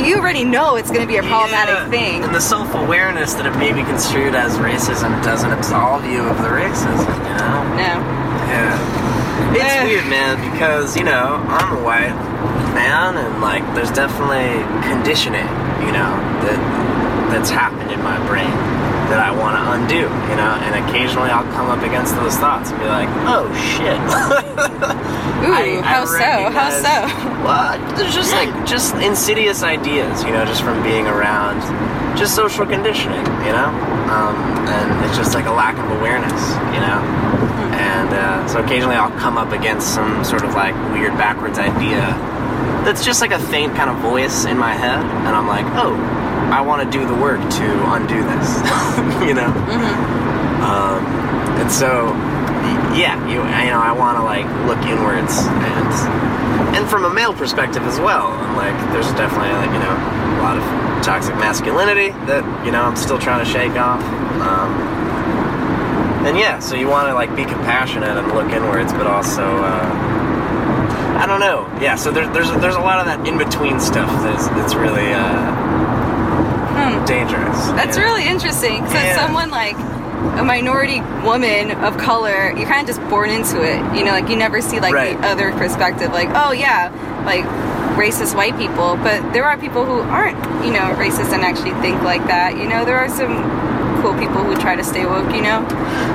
Speaker 4: you already know it's going to be a problematic
Speaker 3: Yeah.
Speaker 4: thing
Speaker 3: And the self awareness that it may be construed as racism doesn't absolve you of the racism, you know?
Speaker 4: no
Speaker 3: Yeah. It's
Speaker 4: Eh.
Speaker 3: weird, man, because, you know, I'm a white man, and, like, there's definitely conditioning, you know, that that's happened in my brain that I want to undo, you know? And occasionally I'll come up against those thoughts and be like, oh, shit.
Speaker 4: ooh
Speaker 3: I- I
Speaker 4: how so how
Speaker 3: recognize-
Speaker 4: so
Speaker 3: Well, there's just like just insidious ideas, you know, just from being around, just social conditioning, you know, um, and it's just like a lack of awareness, you know,
Speaker 4: Hmm.
Speaker 3: and uh, so occasionally I'll come up against some sort of like weird backwards idea that's just like a faint kind of voice in my head, and I'm like, oh, I want to do the work to undo this, you know. Um, and so, y- yeah, you, you know, I want to like look inwards, and and from a male perspective as well. I'm like, there's definitely like you know a lot of toxic masculinity that you know I'm still trying to shake off. Um, and yeah, so you want to like be compassionate and look inwards, but also. Uh, I don't know. Yeah, so there, there's there's a lot of that in between stuff that's that's really uh,
Speaker 4: Hmm.
Speaker 3: dangerous.
Speaker 4: That's
Speaker 3: Yeah.
Speaker 4: really interesting. So
Speaker 3: Yeah.
Speaker 4: someone like a minority woman of color, you're kind of just born into it. You know, like you never see like
Speaker 3: Right.
Speaker 4: the other perspective. Like, oh yeah, like racist white people, but there are people who aren't, you know, racist and actually think like that. You know, there are some cool people who try to stay woke. You know,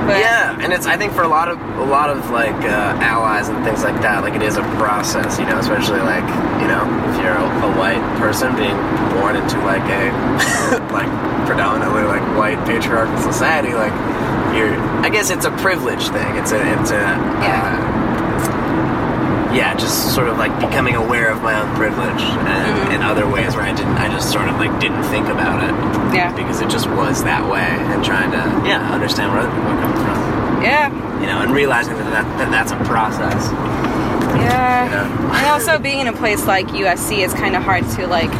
Speaker 4: but
Speaker 3: yeah, and it's I think for a lot of a lot of like uh, allies and things like that, like it is a process, you know, especially like you know if you're a, a white person being born into like a like predominantly like white patriarchal society, like you're I guess it's a privilege thing. It's a it's a
Speaker 4: Yeah.
Speaker 3: uh, yeah, just sort of like becoming aware of my own privilege and
Speaker 4: Mhm.
Speaker 3: in other ways where I didn't I just sort of like didn't think about it
Speaker 4: yeah,
Speaker 3: because it just was that way and trying to yeah understand where other people are coming from
Speaker 4: yeah,
Speaker 3: you know, and realizing that, that, that that's a process.
Speaker 4: yeah.
Speaker 3: You know?
Speaker 4: and also being in a place like USC is kind of hard to like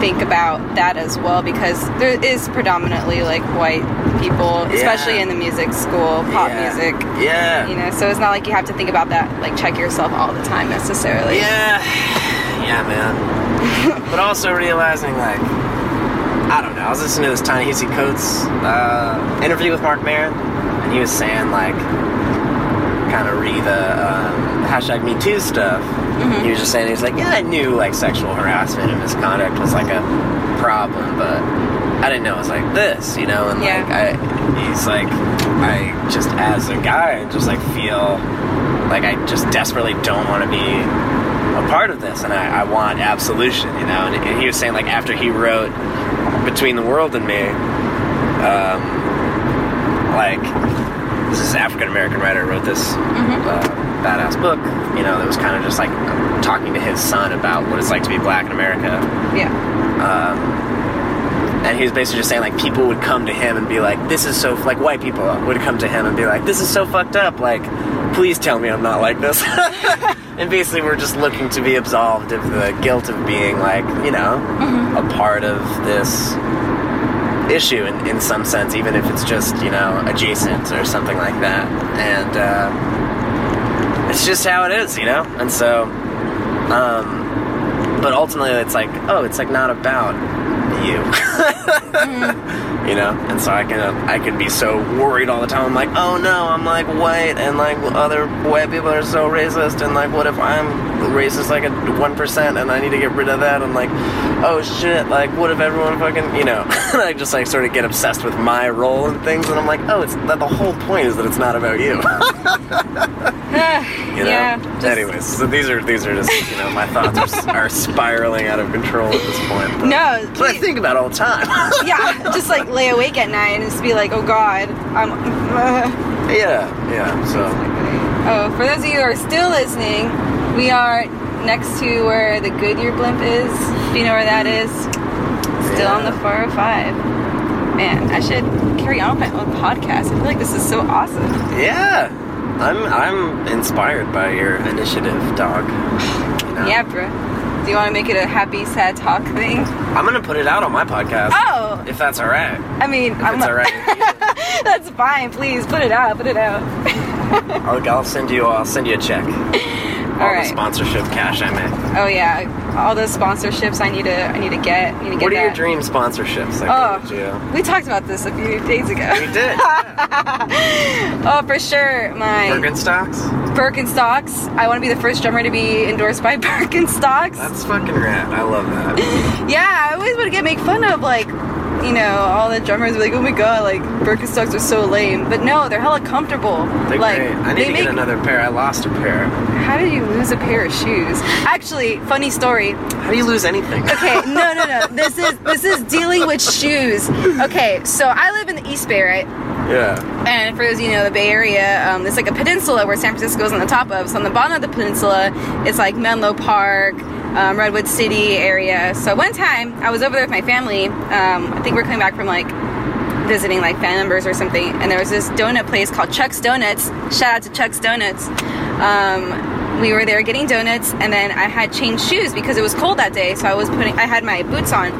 Speaker 4: think about that as well because there is predominantly like white people, especially
Speaker 3: Yeah.
Speaker 4: in the music school, pop
Speaker 3: Yeah.
Speaker 4: music.
Speaker 3: Yeah.
Speaker 4: You know, so it's not like you have to think about that, like check yourself all the time necessarily.
Speaker 3: Yeah. Yeah, man. but also realizing, like, I don't know. I was listening to this Ta-Nehisi Coates uh, interview with Mark Maron, and he was saying, like, kind of re the um, hashtag Me Too stuff. He was just saying, he was like, yeah, I knew, like, sexual harassment and misconduct was, like, a problem, but I didn't know it was like this, you know? And,
Speaker 4: Yeah.
Speaker 3: like, I, he's like, I just, as a guy, just, like, feel like I just desperately don't want to be a part of this, and I, I want absolution, you know. And, and he was saying like after he wrote Between the World and Me, um, like this is African American writer wrote this uh, badass book, you know, that was kind of just like talking to his son about what it's like to be black in America.
Speaker 4: Yeah.
Speaker 3: And he was basically just saying like people would come to him and be like, "This is so like white people would come to him and be like, "This is so fucked up. Like, please tell me I'm not like this." and basically, we're just looking to be absolved of the guilt of being like you know a part of this issue in, in some sense, even if it's just you know adjacent or something like that. And uh, it's just how it is, you know. And so. Um, but ultimately it's like oh it's like not about you you know and so i can uh, i can be so worried all the time i'm like oh no i'm like white and like other white people are so racist and like what if i'm racist like a 1% and i need to get rid of that and like oh shit like what if everyone fucking you know and i just like sort of get obsessed with my role and things and i'm like oh it's that the whole point is that it's not about you you know?
Speaker 4: yeah. just-
Speaker 3: Anyways, so these are these are just you know my thoughts are, s- are spiraling out of control at this point. But,
Speaker 4: No.
Speaker 3: but I think about it all the time.
Speaker 4: yeah, just like lay awake at night and just be like, oh god, I'm. uh,
Speaker 3: yeah, yeah. So
Speaker 4: Oh, for those of you who are still listening, we are next to where the Goodyear blimp is. If you know where that is, still on the 405. Man, I should carry on with my own podcast. I feel like this is so awesome.
Speaker 3: yeah, I'm I'm inspired by your initiative, dog. You know?
Speaker 4: Yeah, bro. Do you want to make it a happy, sad talk thing?
Speaker 3: I'm gonna put it out on my podcast.
Speaker 4: Oh,
Speaker 3: If that's all right.
Speaker 4: I mean,
Speaker 3: If
Speaker 4: I'm
Speaker 3: it's all right.
Speaker 4: that's fine. Please put it out. Put it out.
Speaker 3: I'll, I'll send you. I'll send you a check. All
Speaker 4: All
Speaker 3: the
Speaker 4: right.
Speaker 3: sponsorship cash I make.
Speaker 4: Oh yeah, all those sponsorships I need to. I need to get. I need to get
Speaker 3: What are your
Speaker 4: that.
Speaker 3: dream sponsorships? Like,
Speaker 4: Oh.
Speaker 3: what would you?
Speaker 4: We talked about this a few days ago.
Speaker 3: We did. Yeah.
Speaker 4: Oh, for sure. My
Speaker 3: Birkenstocks.
Speaker 4: Birkenstocks. I want to be the first drummer to be endorsed by Birkenstocks.
Speaker 3: That's fucking rad. I love that.
Speaker 4: yeah, I always want to get make fun of like, you know, all the drummers be like, oh my god, like Birkenstocks are so lame. But no, they're hella comfortable.
Speaker 3: They're
Speaker 4: like
Speaker 3: great. I need
Speaker 4: they
Speaker 3: to
Speaker 4: make.
Speaker 3: get another pair. I lost a pair.
Speaker 4: How did you lose a pair of shoes? Actually, funny story.
Speaker 3: How do you lose anything?
Speaker 4: Okay, no, no, no. This is this is dealing with shoes. Okay, so I live in the East Bay, right?
Speaker 3: yeah.
Speaker 4: And for those of you who know the Bay Area, um, it's like a peninsula where San Francisco is on the top of. So on the bottom of the peninsula, it's like Menlo Park, um, Redwood City area. So one time I was over there with my family. Um, I think we are coming back from like visiting like fan members or something. And there was this donut place called Chuck's Donuts. Shout out to Chuck's Donuts. Um, we were there getting donuts, and then I had changed shoes because it was cold that day. So I was putting, I had my boots on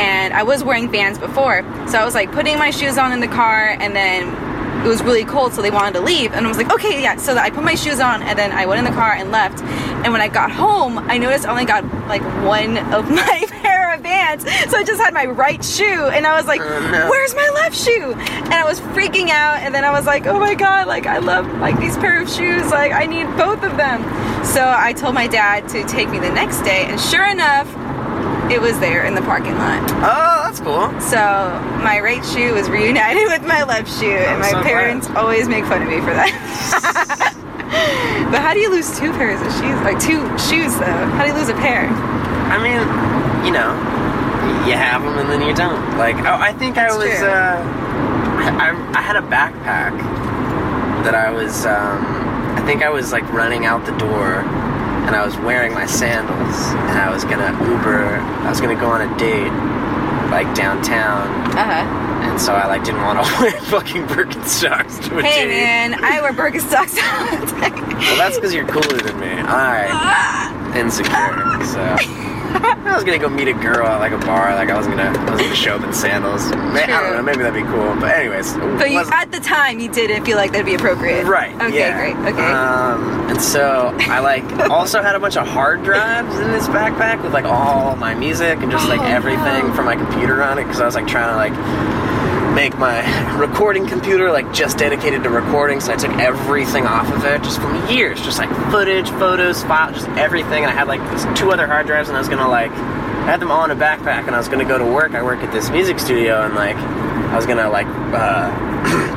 Speaker 4: and I was wearing Vans before, so I was like putting my shoes on in the car, and then it was really cold, so they wanted to leave, and I was like, okay, yeah. So I put my shoes on, and then I went in the car and left. And when I got home, I noticed I only got like one of my pair of Vans, so I just had my right shoe, and I was like, where's my left shoe? And I was freaking out, and then I was like, oh my god, like I love like these pair of shoes, like I need both of them. So I told my dad to take me the next day, and sure enough, it was there in the parking lot.
Speaker 3: Oh, that's cool.
Speaker 4: So my right shoe was reunited with my left shoe, and my
Speaker 3: so glad.
Speaker 4: parents always make fun of me for that. but how do you lose two pairs of shoes? Like two shoes, though. How do you lose a pair?
Speaker 3: I mean, you know, you have them and then you don't. Like, oh, I think I
Speaker 4: That's
Speaker 3: was.
Speaker 4: true.
Speaker 3: Uh, I, I I had a backpack that I was. Um, I think I was like running out the door, and I was wearing my sandals, and I was gonna Uber. I was gonna go on a date, like downtown,
Speaker 4: Uh huh.
Speaker 3: and so I like didn't want to wear fucking Birkenstocks to a
Speaker 4: Hey
Speaker 3: date.
Speaker 4: man, I wear Birkenstocks all the time.
Speaker 3: Well, that's because you're cooler than me. I insecure. So I was gonna go meet a girl at like a bar. Like I wasn't gonna, I was gonna show up in sandals. May, I don't
Speaker 4: True.
Speaker 3: know. Maybe that'd be cool. But anyways,
Speaker 4: But you,
Speaker 3: wasn't-
Speaker 4: at the time, you didn't feel like that'd be appropriate.
Speaker 3: right.
Speaker 4: Okay,
Speaker 3: yeah.
Speaker 4: great. Okay.
Speaker 3: Um, and so I like also had a bunch of hard drives in this backpack with like all my music and just like
Speaker 4: Oh,
Speaker 3: everything from my computer on it because I was like trying to like make my recording computer like just dedicated to recording so i took everything off of it just from years just like footage photos files just everything and i had like this- two other hard drives and i was gonna like i had them all in a backpack and i was gonna go to work i work at this music studio and like i was gonna like uh,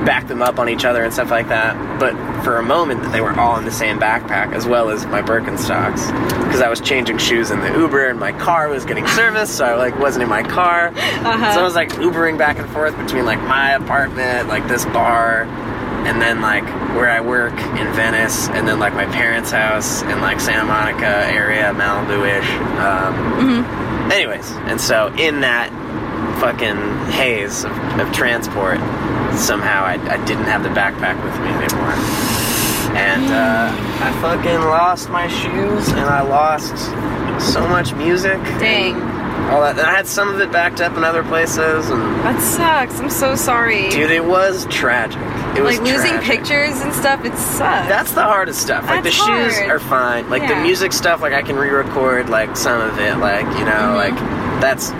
Speaker 3: back them up on each other and stuff like that but for a moment they were all in the same backpack as well as my birkenstocks because i was changing shoes in the uber and my car was getting serviced so i like wasn't in my car so I was like Ubering back and forth between like my apartment, like this bar, and then like where I work in Venice, and then like my parents' house in like Santa Monica area, Malibu-ish. Um, Anyways, and so in that fucking haze of, of transport, somehow I, I didn't have the backpack with me anymore. And uh, I fucking lost my shoes, and I lost so much music.
Speaker 4: Dang.
Speaker 3: All that, and I had some of it backed up in other places, and
Speaker 4: That sucks. I'm so sorry.
Speaker 3: dude, it was tragic. It was
Speaker 4: like losing
Speaker 3: tragic.
Speaker 4: pictures and stuff, it sucks.
Speaker 3: That's the hardest stuff. Like the
Speaker 4: That's
Speaker 3: shoes
Speaker 4: hard.
Speaker 3: are fine. Like the
Speaker 4: Yeah.
Speaker 3: music stuff, like I can re-record like some of it. Like you know,
Speaker 4: Mm-hmm.
Speaker 3: like that's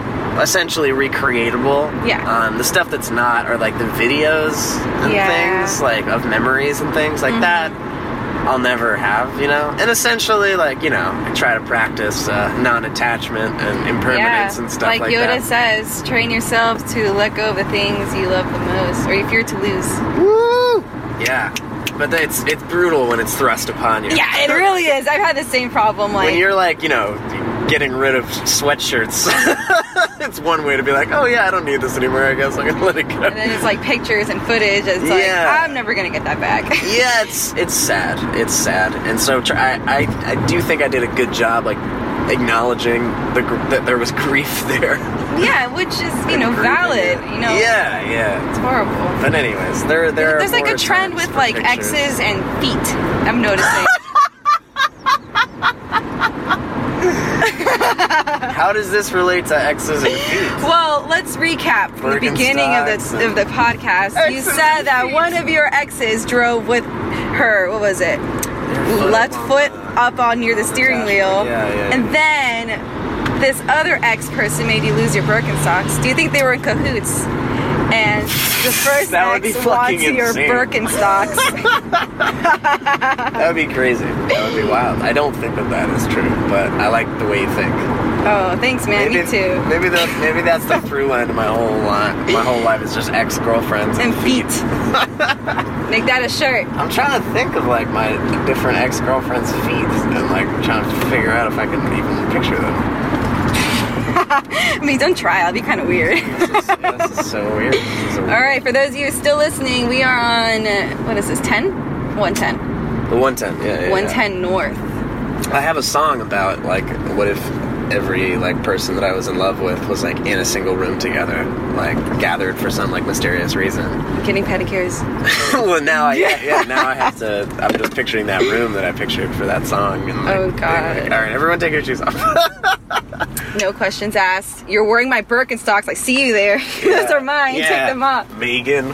Speaker 3: essentially recreatable.
Speaker 4: Yeah.
Speaker 3: Um, the stuff that's not are like the videos and
Speaker 4: Yeah. Mm-hmm.
Speaker 3: things like of memories and things like that. I'll never have, you know? And essentially, like, you know, I try to practice uh, non attachment and impermanence and stuff like, that.
Speaker 4: Yoda says, train yourself to let go of the things you love the most, or you fear to lose.
Speaker 3: Yeah. But it's it's brutal when it's thrust upon you.
Speaker 4: Yeah, it really is. I've had the same problem. Like,
Speaker 3: when you're like you know getting rid of sweatshirts it's one way to be like oh yeah i don't need this anymore i guess i can let it go
Speaker 4: and then it's like pictures and footage. It's like
Speaker 3: Yeah.
Speaker 4: I'm never gonna get that back.
Speaker 3: yeah it's it's sad it's sad and so tr- I, I i do think i did a good job like acknowledging the gr- that there was grief there
Speaker 4: yeah, which is you know
Speaker 3: Grieving
Speaker 4: valid.
Speaker 3: it.
Speaker 4: You know,
Speaker 3: yeah yeah
Speaker 4: it's horrible.
Speaker 3: but anyways there there are
Speaker 4: There's like a
Speaker 3: horror
Speaker 4: trend
Speaker 3: times
Speaker 4: with
Speaker 3: for
Speaker 4: like
Speaker 3: pictures.
Speaker 4: X's and feet. I'm noticing.
Speaker 3: how does this relate to x's and feet
Speaker 4: Well, let's recap from the beginning of
Speaker 3: Birkenstocks
Speaker 4: the of the podcast. you
Speaker 3: Exes
Speaker 4: said
Speaker 3: and
Speaker 4: that
Speaker 3: feet.
Speaker 4: one of your exes drove with her. What was it?
Speaker 3: foot
Speaker 4: Left
Speaker 3: up on
Speaker 4: foot
Speaker 3: the-
Speaker 4: up on near the
Speaker 3: the
Speaker 4: steering
Speaker 3: dash.
Speaker 4: wheel,
Speaker 3: Yeah, yeah,
Speaker 4: and then this other ex person made you lose your Birkenstocks. Do you think they were in cahoots? And the first
Speaker 3: That would be
Speaker 4: ex wants
Speaker 3: fucking
Speaker 4: your
Speaker 3: insane.
Speaker 4: Birkenstocks.
Speaker 3: that would be crazy that would be wild i don't think that that is true but i like the way you think
Speaker 4: oh, thanks, man. Me too.
Speaker 3: Maybe that's maybe that's the through line to my whole life. My whole life is just ex girlfriends.
Speaker 4: And feet. Make that a shirt.
Speaker 3: I'm trying to think of like my different ex girlfriends' feet and like trying to figure out if I can even picture them.
Speaker 4: I mean, don't try. I'll be kind of weird.
Speaker 3: This is, this is so weird. This is a
Speaker 4: All right, for those of you still listening, we are on uh, what is this? 10? 110.
Speaker 3: The 110. Yeah, yeah, yeah.
Speaker 4: 110 North.
Speaker 3: I have a song about like what if every like person that I was in love with was like in a single room together, like gathered for some like mysterious reason.
Speaker 4: Getting pedicures.
Speaker 3: well, now I yeah. now I have to. I'm just picturing that room that I pictured for that song. And like,
Speaker 4: Oh,
Speaker 3: being
Speaker 4: God.
Speaker 3: like, All right, everyone, take your shoes off.
Speaker 4: No questions asked. You're wearing my Birkenstocks. I see you there. Those are mine. Take them off.
Speaker 3: Megan.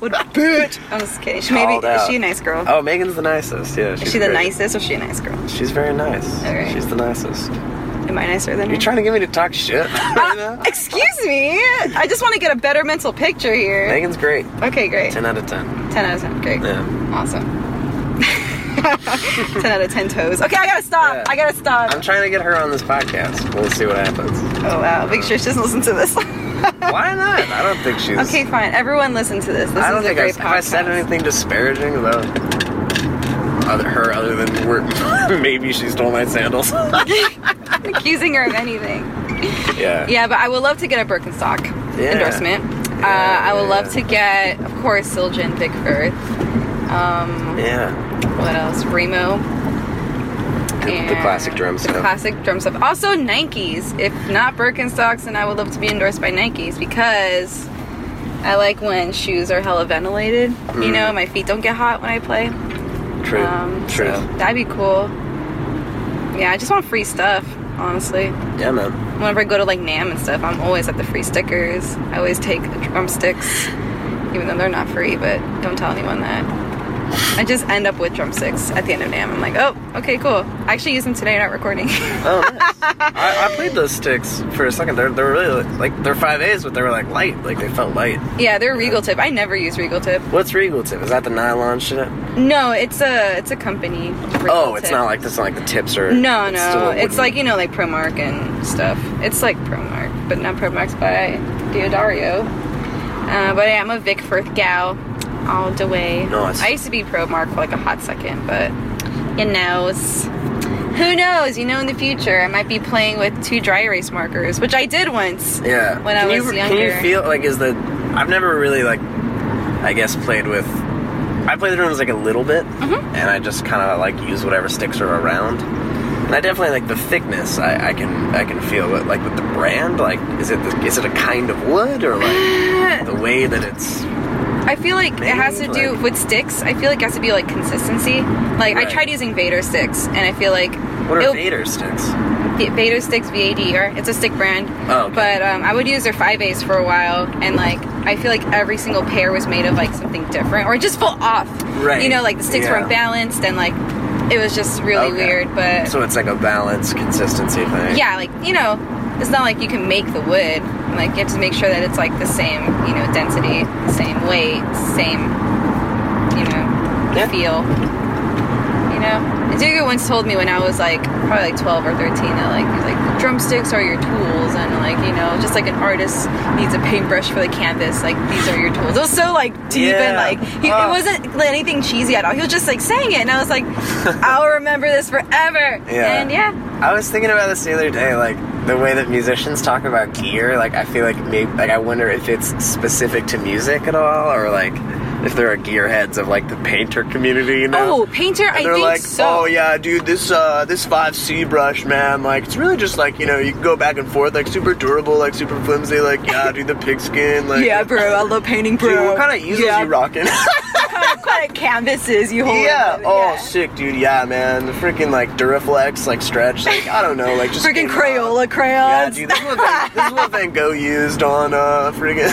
Speaker 4: Would boot. I'm just kidding. She maybe
Speaker 3: Called
Speaker 4: is
Speaker 3: out.
Speaker 4: she a nice girl?
Speaker 3: Oh, Megan's the nicest. Yeah, she's
Speaker 4: is she the
Speaker 3: very-
Speaker 4: nicest or is she a nice girl?
Speaker 3: She's very nice.
Speaker 4: All right.
Speaker 3: She's the nicest.
Speaker 4: Am I nicer than
Speaker 3: You're
Speaker 4: her?
Speaker 3: trying to get me to talk shit. right now?
Speaker 4: Excuse me. I just want to get a better mental picture here.
Speaker 3: Megan's great.
Speaker 4: Okay, great. 10
Speaker 3: Ten out of ten.
Speaker 4: out of 10. Great.
Speaker 3: Yeah.
Speaker 4: Awesome. 10 out of 10 toes. Okay, I gotta stop.
Speaker 3: Yeah.
Speaker 4: I gotta stop.
Speaker 3: I'm trying to get her on this podcast. We'll see what happens.
Speaker 4: Oh wow! Make sure she doesn't listen to this.
Speaker 3: Why not? I don't think she's.
Speaker 4: okay, fine. Everyone, listen to this. This
Speaker 3: I don't
Speaker 4: is a
Speaker 3: think I,
Speaker 4: great
Speaker 3: have I said
Speaker 4: podcast.
Speaker 3: anything disparaging about other, her other than we're, maybe she stole my sandals.
Speaker 4: accusing her of anything.
Speaker 3: Yeah.
Speaker 4: Yeah, but I would love to get a Birkenstock
Speaker 3: Yeah.
Speaker 4: endorsement. uh,
Speaker 3: Yeah,
Speaker 4: I would
Speaker 3: yeah,
Speaker 4: love to get, of course, Siljan Big Earth. Um,
Speaker 3: Yeah.
Speaker 4: what else? Remo.
Speaker 3: The, the
Speaker 4: and
Speaker 3: classic drum
Speaker 4: The
Speaker 3: stuff.
Speaker 4: classic drum stuff. Also Nikes. If not Birkenstocks, then I would love to be endorsed by Nikes because I like when shoes are hella ventilated.
Speaker 3: Mm.
Speaker 4: You know, my feet don't get hot when I play.
Speaker 3: True.
Speaker 4: Um,
Speaker 3: True.
Speaker 4: so that'd be cool. Yeah, I just want free stuff, honestly.
Speaker 3: Yeah, man.
Speaker 4: Whenever I go to like NAM and stuff, I'm always at the free stickers. I always take the drumsticks, even though they're not free, but don't tell anyone that. I just end up with drumsticks at the end of NAM. I'm like, oh, okay, cool. I actually used them today, not recording.
Speaker 3: Oh, nice. I, I played those sticks for a second. They're, they're really like they're five A's, but they were like light. Like they felt light.
Speaker 4: yeah, they're Regal Tip. I never use Regal Tip.
Speaker 3: What's Regal tip? Is that the nylon shit?
Speaker 4: No, it's a it's a company. Regal
Speaker 3: Oh, it's
Speaker 4: Tip.
Speaker 3: not like this. Not like the tips are.
Speaker 4: No,
Speaker 3: it's still
Speaker 4: no.
Speaker 3: a
Speaker 4: It's
Speaker 3: wooden-
Speaker 4: like, you know, like Promark and stuff. It's like Promark, but not Promark's by Diodario. Uh, but I am a Vic Firth gal all the way.
Speaker 3: Nice.
Speaker 4: I used to be Promark for like a hot second, but you know, it's- who knows? You know, in the future, I might be playing with two dry erase markers, which I did once.
Speaker 3: Yeah.
Speaker 4: when I
Speaker 3: can
Speaker 4: was
Speaker 3: you, Can
Speaker 4: younger.
Speaker 3: you feel like is the? I've never really like I guess played with. I play the drums like a little bit,
Speaker 4: Mm-hmm.
Speaker 3: and I just kind of like use whatever sticks are around. And I definitely like the thickness. I, I can I can feel it. Like with the brand, like is it the, is it a kind of wood or like the way that it's
Speaker 4: I feel like it has to do
Speaker 3: Like-
Speaker 4: with sticks. I feel like it has to be like consistency. Like I
Speaker 3: Right.
Speaker 4: tried using Vader sticks, and I feel like
Speaker 3: what are
Speaker 4: it'll-
Speaker 3: Vader sticks?
Speaker 4: V- Vader sticks VADR. It's a stick brand.
Speaker 3: Oh, okay.
Speaker 4: But um, I would use their five A's for a while, and like I feel like every single pair was made of like something different, or it just fell off.
Speaker 3: Right.
Speaker 4: You know, like the sticks
Speaker 3: Yeah.
Speaker 4: weren't balanced, and like it was just really
Speaker 3: Okay.
Speaker 4: weird. But
Speaker 3: So it's like a balance consistency thing.
Speaker 4: yeah, like you know, it's not like you can make the wood. Like you have to make sure that it's like the same, you know, density, same weight, same, you know,
Speaker 3: Yeah.
Speaker 4: feel. You know, a dude once told me when I was like probably like 12 or 13 that like he's like drumsticks are your tools and like you know just like an artist needs a paintbrush for the canvas like these are your tools. It was so like deep and
Speaker 3: Yeah.
Speaker 4: like he, it
Speaker 3: Ah.
Speaker 4: wasn't like, anything cheesy at all. He was just like saying it and I was like I'll remember this forever.
Speaker 3: Yeah.
Speaker 4: And yeah.
Speaker 3: I was thinking about this the other day, like the way that musicians talk about gear. Like I feel like maybe, like I wonder if it's specific to music at all, or like if there are gearheads of like the painter community. You know?
Speaker 4: Oh, painter,
Speaker 3: And
Speaker 4: I
Speaker 3: they're
Speaker 4: think
Speaker 3: like,
Speaker 4: so.
Speaker 3: oh yeah, dude, this uh, this five C brush, man, like it's really just like you know you can go back and forth, like super durable, like super flimsy, like yeah, dude, the pigskin, like
Speaker 4: Yeah, bro, I love painting, bro.
Speaker 3: dude, what kind of easels
Speaker 4: yeah.
Speaker 3: you rocking?
Speaker 4: what kind of canvases you hold?
Speaker 3: Yeah.
Speaker 4: up?
Speaker 3: Oh, sick, dude. Yeah, man. The freaking like Duraflex, like stretch, like I don't know, like just
Speaker 4: freaking
Speaker 3: came out.
Speaker 4: Crayola
Speaker 3: Yeah,
Speaker 4: crayons.
Speaker 3: dude. This is, what Van, this is what Van Gogh used on uh freaking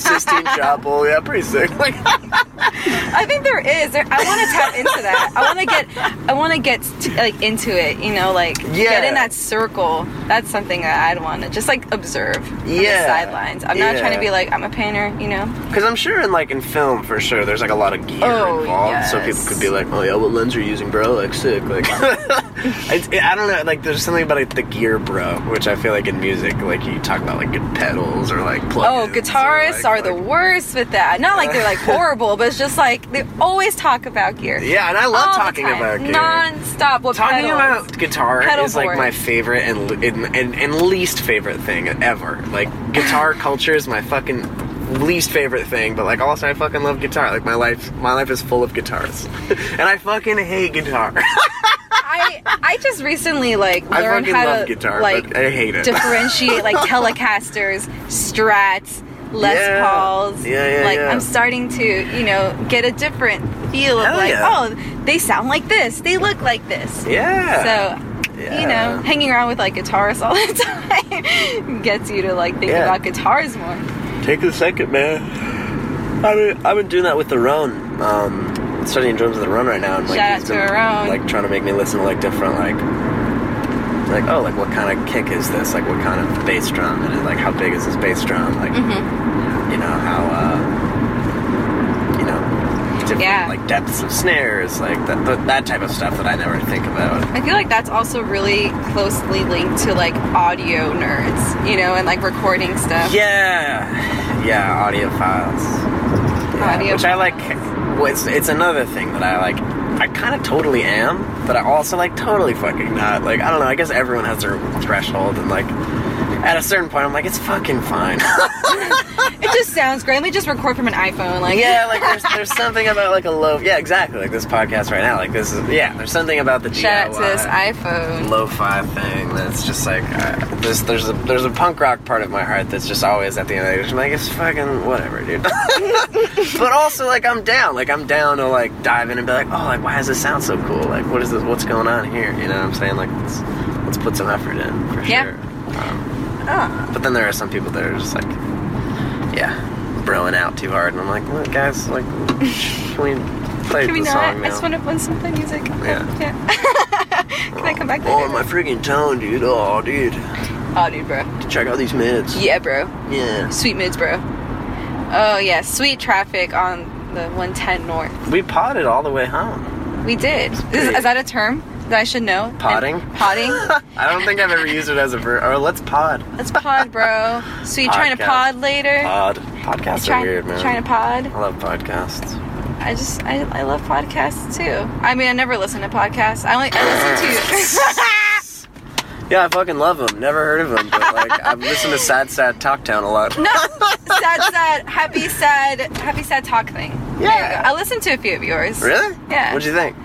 Speaker 3: Sistine Chapel. Yeah, pretty sick. Like,
Speaker 4: I think there is. There, I want to tap into that. I want to get. I want to get t- like into it. You know, like get
Speaker 3: Yeah.
Speaker 4: in that circle. That's something that I'd want to just like observe. from The
Speaker 3: Yeah.
Speaker 4: sidelines. I'm not trying to
Speaker 3: Yeah.
Speaker 4: be like I'm a painter. You know.
Speaker 3: because I'm sure in like in film for sure, there's like a lot of gear
Speaker 4: Oh,
Speaker 3: involved, so
Speaker 4: yes.
Speaker 3: people could be like, oh yeah, what lens are you using, bro? Like sick. Like, it's, it, I don't know. Like, there's something about like, the gear, bro, which I feel like in music, like you talk about like good pedals or like
Speaker 4: Oh,
Speaker 3: plugins.
Speaker 4: guitarists
Speaker 3: or,
Speaker 4: are
Speaker 3: like-
Speaker 4: the
Speaker 3: like-
Speaker 4: worst with that. Not like they're like horrible, but it's just like they always talk about gear.
Speaker 3: Yeah, and I love
Speaker 4: All the
Speaker 3: talking
Speaker 4: time.
Speaker 3: about gear.
Speaker 4: Non-stop. What
Speaker 3: Talking
Speaker 4: pedals.
Speaker 3: about guitar
Speaker 4: Pedal
Speaker 3: is like
Speaker 4: board.
Speaker 3: my favorite and, and and and least favorite thing ever. Like guitar culture is my fucking least favorite thing, but like also I fucking love guitar. Like my life my life is full of guitars. and I fucking hate guitar.
Speaker 4: I I just recently like
Speaker 3: I
Speaker 4: learned
Speaker 3: fucking
Speaker 4: how
Speaker 3: love
Speaker 4: to
Speaker 3: guitar,
Speaker 4: like
Speaker 3: but I hate it.
Speaker 4: differentiate like Telecasters, Strats, Les
Speaker 3: Yeah.
Speaker 4: Pauls.
Speaker 3: Yeah, yeah,
Speaker 4: like
Speaker 3: yeah.
Speaker 4: I'm starting to you know get a different feel of
Speaker 3: Hell
Speaker 4: like
Speaker 3: yeah.
Speaker 4: oh they sound like this, they look like this.
Speaker 3: yeah.
Speaker 4: So. You
Speaker 3: Yeah.
Speaker 4: know, hanging around with like guitarists all the time gets you to like think
Speaker 3: Yeah.
Speaker 4: about guitars more.
Speaker 3: Take a second, man. I've been, I've been doing that with the Roan. Um, studying drums with the Roan right now. And, like,
Speaker 4: Shout
Speaker 3: he's
Speaker 4: out to
Speaker 3: been,
Speaker 4: Roan.
Speaker 3: Like trying to make me listen to like different like like oh like what kind of kick is this? Like what kind of bass drum? And then, like how big is this bass drum? Like
Speaker 4: Mm-hmm.
Speaker 3: you know how uh, you know different
Speaker 4: Yeah.
Speaker 3: like depths of snares like that th- that type of stuff that I never think about.
Speaker 4: I feel like that's also really closely linked to like audio nerds, you know, and like recording stuff.
Speaker 3: Yeah, yeah, audio files. Yeah,
Speaker 4: Audio
Speaker 3: which I like. Well, it's, it's another thing that I like. I kind of totally am, but I also like totally fucking not. Like I don't know. I guess everyone has their threshold, and like at a certain point, I'm like, it's fucking fine.
Speaker 4: It just sounds great. Let me just record from an iPhone. Like,
Speaker 3: yeah, like there's there's something about like a low. Yeah, exactly. Like this podcast right now. Like this is yeah. There's something about the
Speaker 4: shout out to this
Speaker 3: DIY
Speaker 4: iPhone.
Speaker 3: lo-fi thing that's just like uh, there's there's a there's a punk rock part of my heart that's just always at the end of the day just like it's fucking whatever dude but also like i'm down like i'm down to like dive in and be like oh like why does this sound so cool like what is this what's going on here you know what i'm saying like let's let's put some effort in for
Speaker 4: Yeah. Oh.
Speaker 3: sure um, but then there are some people that are just like yeah broing out too hard and i'm like look guys like can we play
Speaker 4: Can we
Speaker 3: the
Speaker 4: not?
Speaker 3: song
Speaker 4: I
Speaker 3: now?
Speaker 4: just want to want some fun music.
Speaker 3: Yeah.
Speaker 4: Can I come back
Speaker 3: oh
Speaker 4: later?
Speaker 3: my freaking tone dude oh dude
Speaker 4: oh, dude, bro.
Speaker 3: check out these mids
Speaker 4: Yeah, bro.
Speaker 3: Yeah.
Speaker 4: Sweet mids, bro. Oh yeah, sweet traffic on the 110 North.
Speaker 3: We potted all the way home.
Speaker 4: We did. Is, is that a term that I should know?
Speaker 3: Potting?
Speaker 4: Potting.
Speaker 3: I don't think I've ever used it as a verb. Or let's pod.
Speaker 4: Let's pod, bro. So you trying to
Speaker 3: Podcast.
Speaker 4: pod later?
Speaker 3: Pod.
Speaker 4: You
Speaker 3: Podcasts
Speaker 4: try-
Speaker 3: are weird, man.
Speaker 4: you Trying to pod.
Speaker 3: I love podcasts.
Speaker 4: I just I, I love podcasts too. I mean, I never listen to podcasts. I only I listen to.
Speaker 3: Yeah, I fucking love him. Never heard of him, but like I've listened to Sad Sad Talk Town a lot.
Speaker 4: No, sad, sad, happy, sad, happy, sad talk thing. There you
Speaker 3: Yeah.
Speaker 4: go. I listened to a few of yours.
Speaker 3: Really?
Speaker 4: Yeah.
Speaker 3: What'd you think?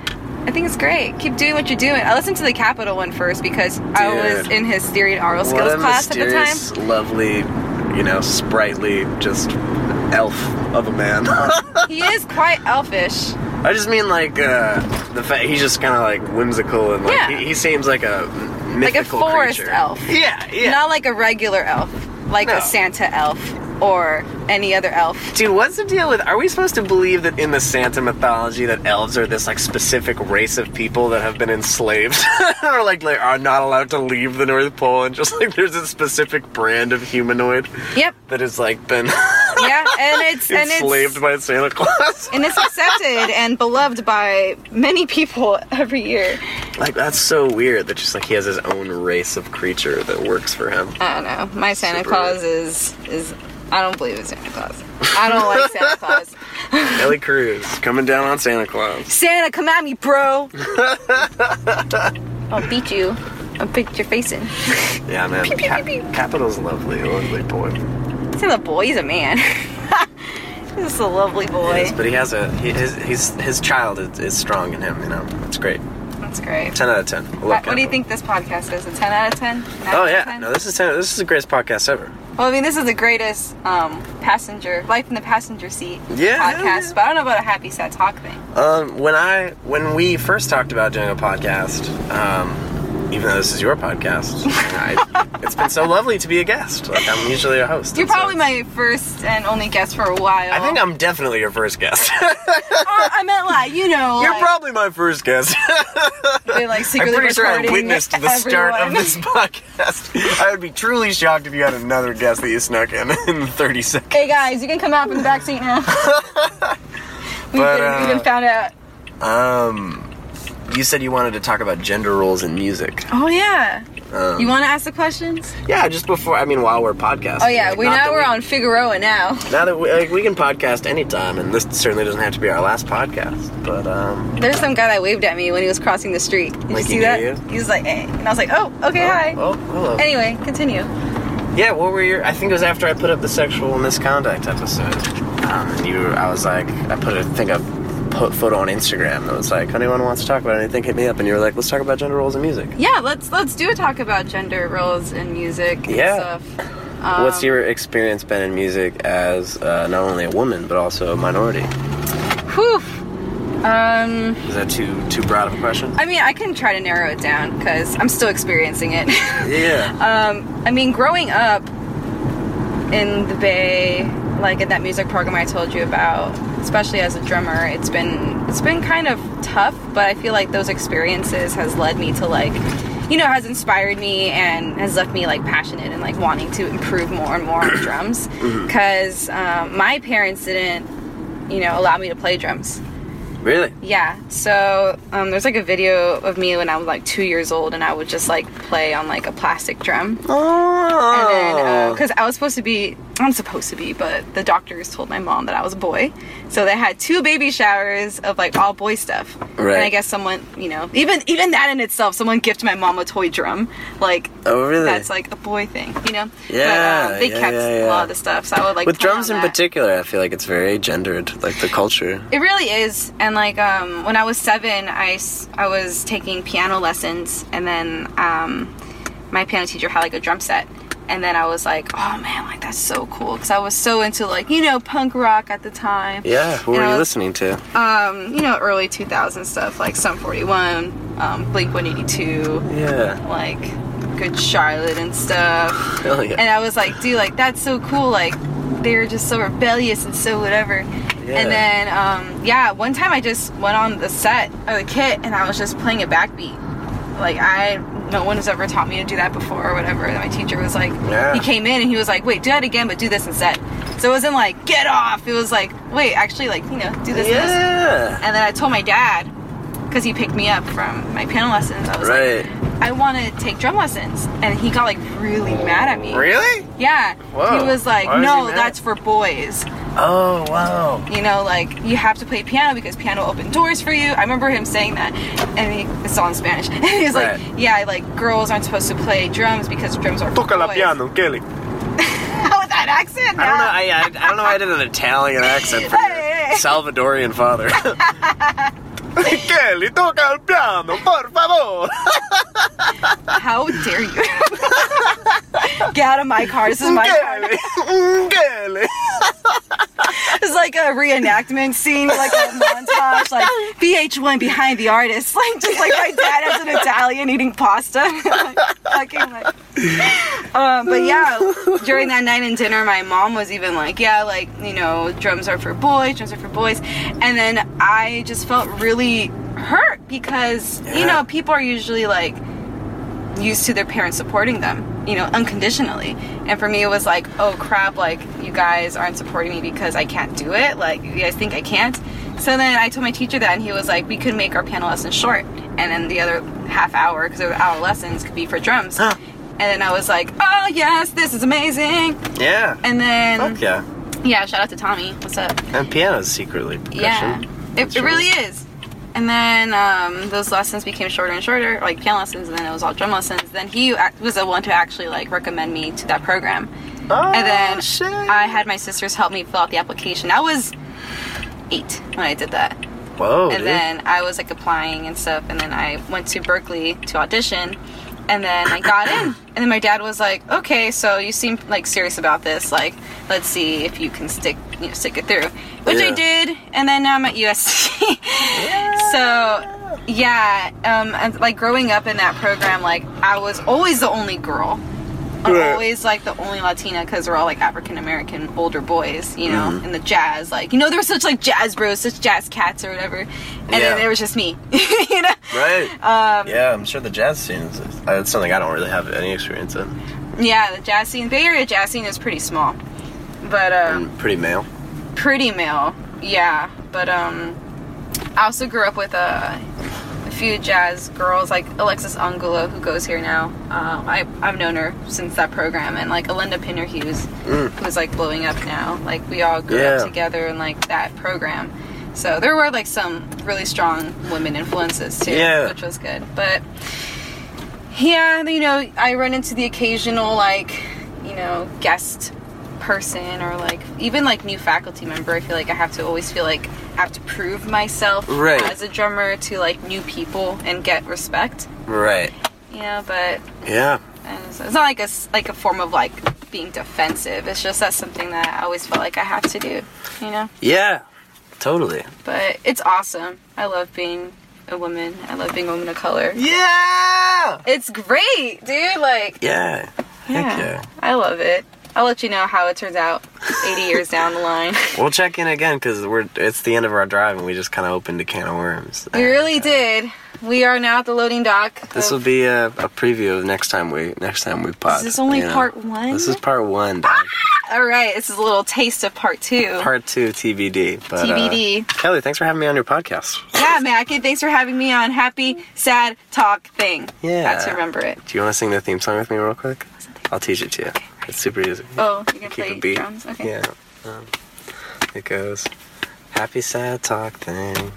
Speaker 4: I think it's great. Keep doing what you're doing. I listened to the Capital one first because I was
Speaker 3: Dude.
Speaker 4: in his theory and oral skills
Speaker 3: what a
Speaker 4: class at the time.
Speaker 3: mysterious, lovely, you know, sprightly, just elf of a man.
Speaker 4: He is quite elfish.
Speaker 3: I just mean like uh, the fact he's just kind of like whimsical and like
Speaker 4: Yeah.
Speaker 3: he, he seems like a
Speaker 4: Like a
Speaker 3: mythical
Speaker 4: forest
Speaker 3: creature.
Speaker 4: elf.
Speaker 3: Yeah, yeah.
Speaker 4: Not like a regular elf, like
Speaker 3: No.
Speaker 4: a Santa elf or any other elf.
Speaker 3: Dude, what's the deal with? Are we supposed to believe that in the Santa mythology that elves are this like specific race of people that have been enslaved or like, like are not allowed to leave the North Pole and just like there's a specific brand of humanoid
Speaker 4: Yep.
Speaker 3: that has like been
Speaker 4: Yeah, and it's and
Speaker 3: enslaved
Speaker 4: it's
Speaker 3: by Santa Claus?
Speaker 4: and it's accepted and beloved by many people every year.
Speaker 3: like that's so weird that just like he has his own race of creature that works for him.
Speaker 4: I don't know. My Santa
Speaker 3: Super
Speaker 4: Claus is is I don't believe in Santa Claus. I don't like Santa Claus.
Speaker 3: Ellie Cruz coming down on Santa Claus.
Speaker 4: Santa, come at me, bro. I'll beat you. I'll beat your face in.
Speaker 3: Yeah, man.
Speaker 4: pew,
Speaker 3: Cap-
Speaker 4: pew, pew.
Speaker 3: Capital's lovely, lovely boy.
Speaker 4: He's not a boy. He's a man. he's just a lovely boy.
Speaker 3: Yes, but he has a he, his, his his child is, is strong in him. You know, it's great.
Speaker 4: That's great.
Speaker 3: Ten out of ten. I love
Speaker 4: What, what do you
Speaker 3: Capital.
Speaker 4: think this podcast is? A 10 out of 10?
Speaker 3: Oh yeah, no, this is ten, this is the greatest podcast ever.
Speaker 4: well, I mean, this is the greatest um, passenger, life in the passenger seat
Speaker 3: Yeah,
Speaker 4: podcast,
Speaker 3: hell yeah.
Speaker 4: but I don't know about a happy, sad talk thing.
Speaker 3: Um, when I when we first talked about doing a podcast, um, even though this is your podcast, I, it's been so lovely to be a guest. Like I'm usually a host.
Speaker 4: You're
Speaker 3: and so
Speaker 4: probably
Speaker 3: it's-
Speaker 4: my first and only guest for a while.
Speaker 3: I think I'm definitely your first guest.
Speaker 4: Or, I meant like, you know.
Speaker 3: You're
Speaker 4: like,
Speaker 3: probably my first guest.
Speaker 4: they, like,
Speaker 3: I'm
Speaker 4: secretly
Speaker 3: pretty sure I
Speaker 4: recording
Speaker 3: witnessed the start of
Speaker 4: everyone.
Speaker 3: this podcast. I would be truly shocked if you had another guest that you snuck in in 30 seconds.
Speaker 4: Hey guys, you can come out from the back seat now. we've,
Speaker 3: But,
Speaker 4: been,
Speaker 3: uh,
Speaker 4: we've been found out.
Speaker 3: Um, you said you wanted to talk about gender roles in music.
Speaker 4: Oh yeah.
Speaker 3: Um,
Speaker 4: you want to ask the questions?
Speaker 3: Yeah, just before. I mean, while we're podcasting.
Speaker 4: Oh yeah.
Speaker 3: like,
Speaker 4: we
Speaker 3: not
Speaker 4: now
Speaker 3: that
Speaker 4: we're on Figueroa now.
Speaker 3: Now that we, like, we can podcast anytime, and this certainly doesn't have to be our last podcast. But um,
Speaker 4: There's some guy that waved at me when he was crossing the street. Did
Speaker 3: Like
Speaker 4: you
Speaker 3: he
Speaker 4: see
Speaker 3: knew
Speaker 4: that?
Speaker 3: you?
Speaker 4: He was like, eh. and I was like, oh, okay, hi.
Speaker 3: Oh, oh, hello.
Speaker 4: Anyway, continue.
Speaker 3: Yeah, what were your? I think it was after I put up the sexual misconduct episode. Um, and you, I was like, I put a thing up, put photo on Instagram that was like, anyone wants to talk about anything, hit me up. And you were like, let's talk about gender roles in music.
Speaker 4: Yeah, let's let's do a talk about gender roles in music. and
Speaker 3: Yeah.
Speaker 4: stuff.
Speaker 3: What's your
Speaker 4: Um,
Speaker 3: experience been in music as uh, not only a woman but also a minority?
Speaker 4: Whew. Um,
Speaker 3: Is that too too broad of a question?
Speaker 4: I mean, I can try to narrow it down because I'm still experiencing it.
Speaker 3: Yeah.
Speaker 4: um, I mean, growing up in the Bay, like in that music program I told you about, especially as a drummer, it's been it's been kind of tough. But I feel like those experiences has led me to like, you know, has inspired me and has left me like passionate and like wanting to improve more and more on drums. Because um, my parents didn't, you know, allow me to play drums. Um,
Speaker 3: really?
Speaker 4: Yeah. So um, there's like a video of me when I was like two years old, and I would just like play on like a plastic drum.
Speaker 3: Oh.
Speaker 4: And because I was supposed to be, I'm supposed to be, but the doctors told my mom that I was a boy. So they had two baby showers of like all boy stuff.
Speaker 3: Right.
Speaker 4: And I guess someone, you know, even even that in itself, someone gifted my mom a toy drum. Like,
Speaker 3: oh, really?
Speaker 4: that's like a boy thing, you know?
Speaker 3: Yeah,
Speaker 4: But um, they
Speaker 3: yeah,
Speaker 4: kept
Speaker 3: yeah, yeah.
Speaker 4: a lot of the stuff. So I would like.
Speaker 3: With
Speaker 4: play
Speaker 3: drums
Speaker 4: on
Speaker 3: in
Speaker 4: that.
Speaker 3: particular, I feel like it's very gendered, like the culture.
Speaker 4: It really is. And like um, when I was seven, I, s- I was taking piano lessons, and then um, my piano teacher had like a drum set. And then I was like, oh man, like that's so cool. Because I was so into like, you know, punk rock at the time.
Speaker 3: Yeah. Who
Speaker 4: You
Speaker 3: are you
Speaker 4: know,
Speaker 3: listening to?
Speaker 4: Um, you know, early 2000 stuff, like Sum 41, um, Blink 182,
Speaker 3: Yeah.
Speaker 4: like Good Charlotte and stuff.
Speaker 3: Hell yeah.
Speaker 4: And I was like, dude, like that's so cool. Like they were just so rebellious and so whatever.
Speaker 3: Yeah.
Speaker 4: And then um, yeah, one time I just went on the set of the kit and I was just playing a backbeat. Like I no one has ever taught me to do that before or whatever. And my teacher was like
Speaker 3: Yeah.
Speaker 4: he came in and he was like, Wait, do that again but do this instead. So it wasn't like, get off. It was like, wait, actually like, you know, do this and this.
Speaker 3: yeah.
Speaker 4: And then I told my dad, because he picked me up from my piano lessons, I was
Speaker 3: Right.
Speaker 4: like, I want to take drum lessons. And he got like really mad at me.
Speaker 3: Really?
Speaker 4: Yeah.
Speaker 3: Whoa.
Speaker 4: He was like,
Speaker 3: Why was he
Speaker 4: no,
Speaker 3: mad?"
Speaker 4: that's for boys.
Speaker 3: Oh wow.
Speaker 4: you know, like you have to play piano because piano opened doors for you. I remember him saying that, and he, it's all in Spanish. And he's
Speaker 3: Right.
Speaker 4: like, yeah, like girls aren't supposed to play drums because drums are for
Speaker 5: Toca la
Speaker 4: boys."
Speaker 5: piano, Kelly.
Speaker 4: How with that accent?
Speaker 3: I don't know.
Speaker 4: Yeah.
Speaker 3: I, I, I don't know. why I did an Italian accent for
Speaker 4: Hey, hey.
Speaker 3: your Salvadorian father.
Speaker 5: Kelly, toca el piano, por favor.
Speaker 4: How dare you? Get out of my car. This is my car.
Speaker 5: Kelly, Mm, Kelly.
Speaker 4: It's like a reenactment scene, like a montage, like VH1 behind the artist, like just like my dad as an Italian eating pasta. Like, fucking like. Um, but yeah, during that night and dinner, my mom was even like, yeah, like you know, drums are for boys, drums are for boys, and then I just felt really hurt because you know people are usually like used to their parents supporting them, you know, unconditionally. And for me, it was like, oh crap, like you guys aren't supporting me because I can't do it. Like you guys think I can't. So then I told my teacher that, and he was like, we could make our piano lesson short, and then the other half hour, because there were hour lessons, could be for drums. and then I was like, oh yes, this is amazing.
Speaker 3: yeah.
Speaker 4: And then
Speaker 3: Fuck yeah.
Speaker 4: yeah, shout out to Tommy. What's up?
Speaker 3: And piano's secretly percussion.
Speaker 4: Yeah, it, it
Speaker 3: Sure.
Speaker 4: really is. And then um, those lessons became shorter and shorter, like piano lessons, and then it was all drum lessons. Then he ac- was the one to actually like recommend me to that program.
Speaker 5: Ah,
Speaker 3: Oh,
Speaker 4: and then
Speaker 3: shit.
Speaker 4: I had my sisters help me fill out the application. I was eight when I did that,
Speaker 3: Whoa.
Speaker 4: and
Speaker 3: Oh, dude.
Speaker 4: then I was like applying and stuff. And then I went to Berkeley to audition, and then I got in. And then my dad was like, "Okay, so you seem like serious about this. Like, let's see if you can stick you know, stick it through," which I
Speaker 3: Yeah.
Speaker 4: did. And then now I'm at USC. So yeah, um, and, like growing up in that program, like I was always the only girl. I'm
Speaker 5: Right.
Speaker 4: always like the only Latina because we're all like African American older boys, you know, in the jazz. Like, you know, there were such like jazz bros, such jazz cats or whatever. And
Speaker 3: Yeah.
Speaker 4: then there was just me, you know?
Speaker 3: Right. Um, yeah, I'm sure the jazz scene is it's something I don't really have any experience in.
Speaker 4: Yeah, the jazz scene, Bay Area jazz scene is pretty small, but um,
Speaker 3: I'm pretty male.
Speaker 4: pretty male. Yeah, but um, I also grew up with a, a few jazz girls like Alexis Angulo, who goes here now. Um, I I've known her since that program, and like Alinda Pinner Hughes, who's like blowing up now. Like we all grew
Speaker 3: Mm. Yeah.
Speaker 4: up together in like that program. So there were like some really strong women influences too,
Speaker 3: Yeah.
Speaker 4: which was good. But yeah, you know, I run into the occasional like, you know, guest person or like even like new faculty member. I feel like I have to always feel like I have to prove myself
Speaker 3: Right.
Speaker 4: as a drummer to like new people and get respect.
Speaker 3: Right.
Speaker 4: You know, but
Speaker 3: Yeah.
Speaker 4: and so it's not like a s- like a form of like being defensive. It's just that's something that I always felt like I have to do. You know,
Speaker 3: Yeah. Totally.
Speaker 4: but it's awesome. I love being a woman. I love being a woman of color.
Speaker 3: Yeah.
Speaker 4: It's great, dude. Like
Speaker 3: Yeah. Heck yeah.
Speaker 4: I love it. I'll let you know how it turns out 80 years down the line.
Speaker 3: We'll check in again because we're it's the end of our drive and we just kind of opened a can of worms.
Speaker 4: We really did. We are now at the loading dock.
Speaker 3: This will
Speaker 4: of-
Speaker 3: be a, a preview of next time we next time we pod.
Speaker 4: Is this only
Speaker 3: you know.
Speaker 4: part one?
Speaker 3: This is part one, dog.
Speaker 4: All right, this is a little taste of part two.
Speaker 3: part two TBD. But, uh,
Speaker 4: TBD.
Speaker 3: Kelly, thanks for having me on your podcast.
Speaker 4: yeah, man. Kid, thanks for having me on Happy Sad Talk Thing.
Speaker 3: Yeah.
Speaker 4: Got to remember it.
Speaker 3: Do you want to sing the theme song with me real quick? I'll teach it to you. It's super easy.
Speaker 4: Oh, you can
Speaker 3: Keep
Speaker 4: play
Speaker 3: a beat.
Speaker 4: drums. Okay.
Speaker 3: Yeah. Um, it goes happy sad talk thing.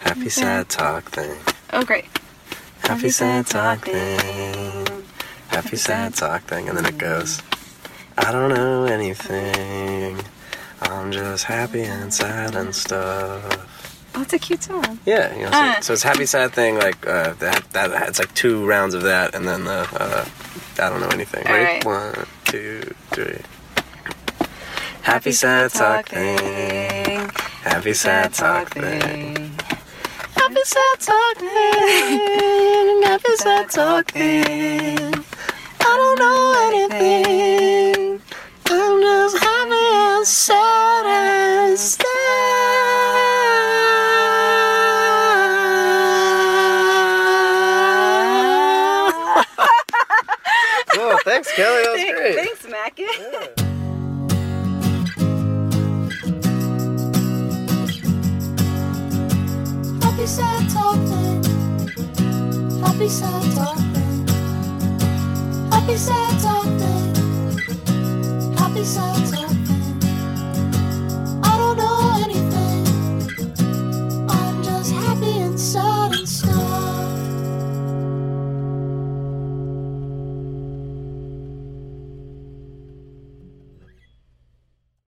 Speaker 3: Happy sad talk thing.
Speaker 4: Oh, great.
Speaker 3: Happy sad talk thing. Happy sad talk thing. And then it goes I don't know anything. I'm just happy and sad and stuff.
Speaker 4: Oh, it's a cute song.
Speaker 3: Yeah, you know, so,
Speaker 4: Ah.
Speaker 3: so it's happy sad thing like uh, that, that. It's like two rounds of that, and then the uh, I don't know anything.
Speaker 4: All
Speaker 3: Ready?
Speaker 4: right.
Speaker 3: One, two, three. Happy sad talk thing. Happy sad talk thing. Happy sad talk thing. Happy sad talk thing. I don't know anything. I'm just happy and sad and sad. oh, thanks, Kelly. That was great.
Speaker 4: Thanks, Mackie.
Speaker 2: Happy sad talking. Happy sad talking. Happy sad talking. Happy sad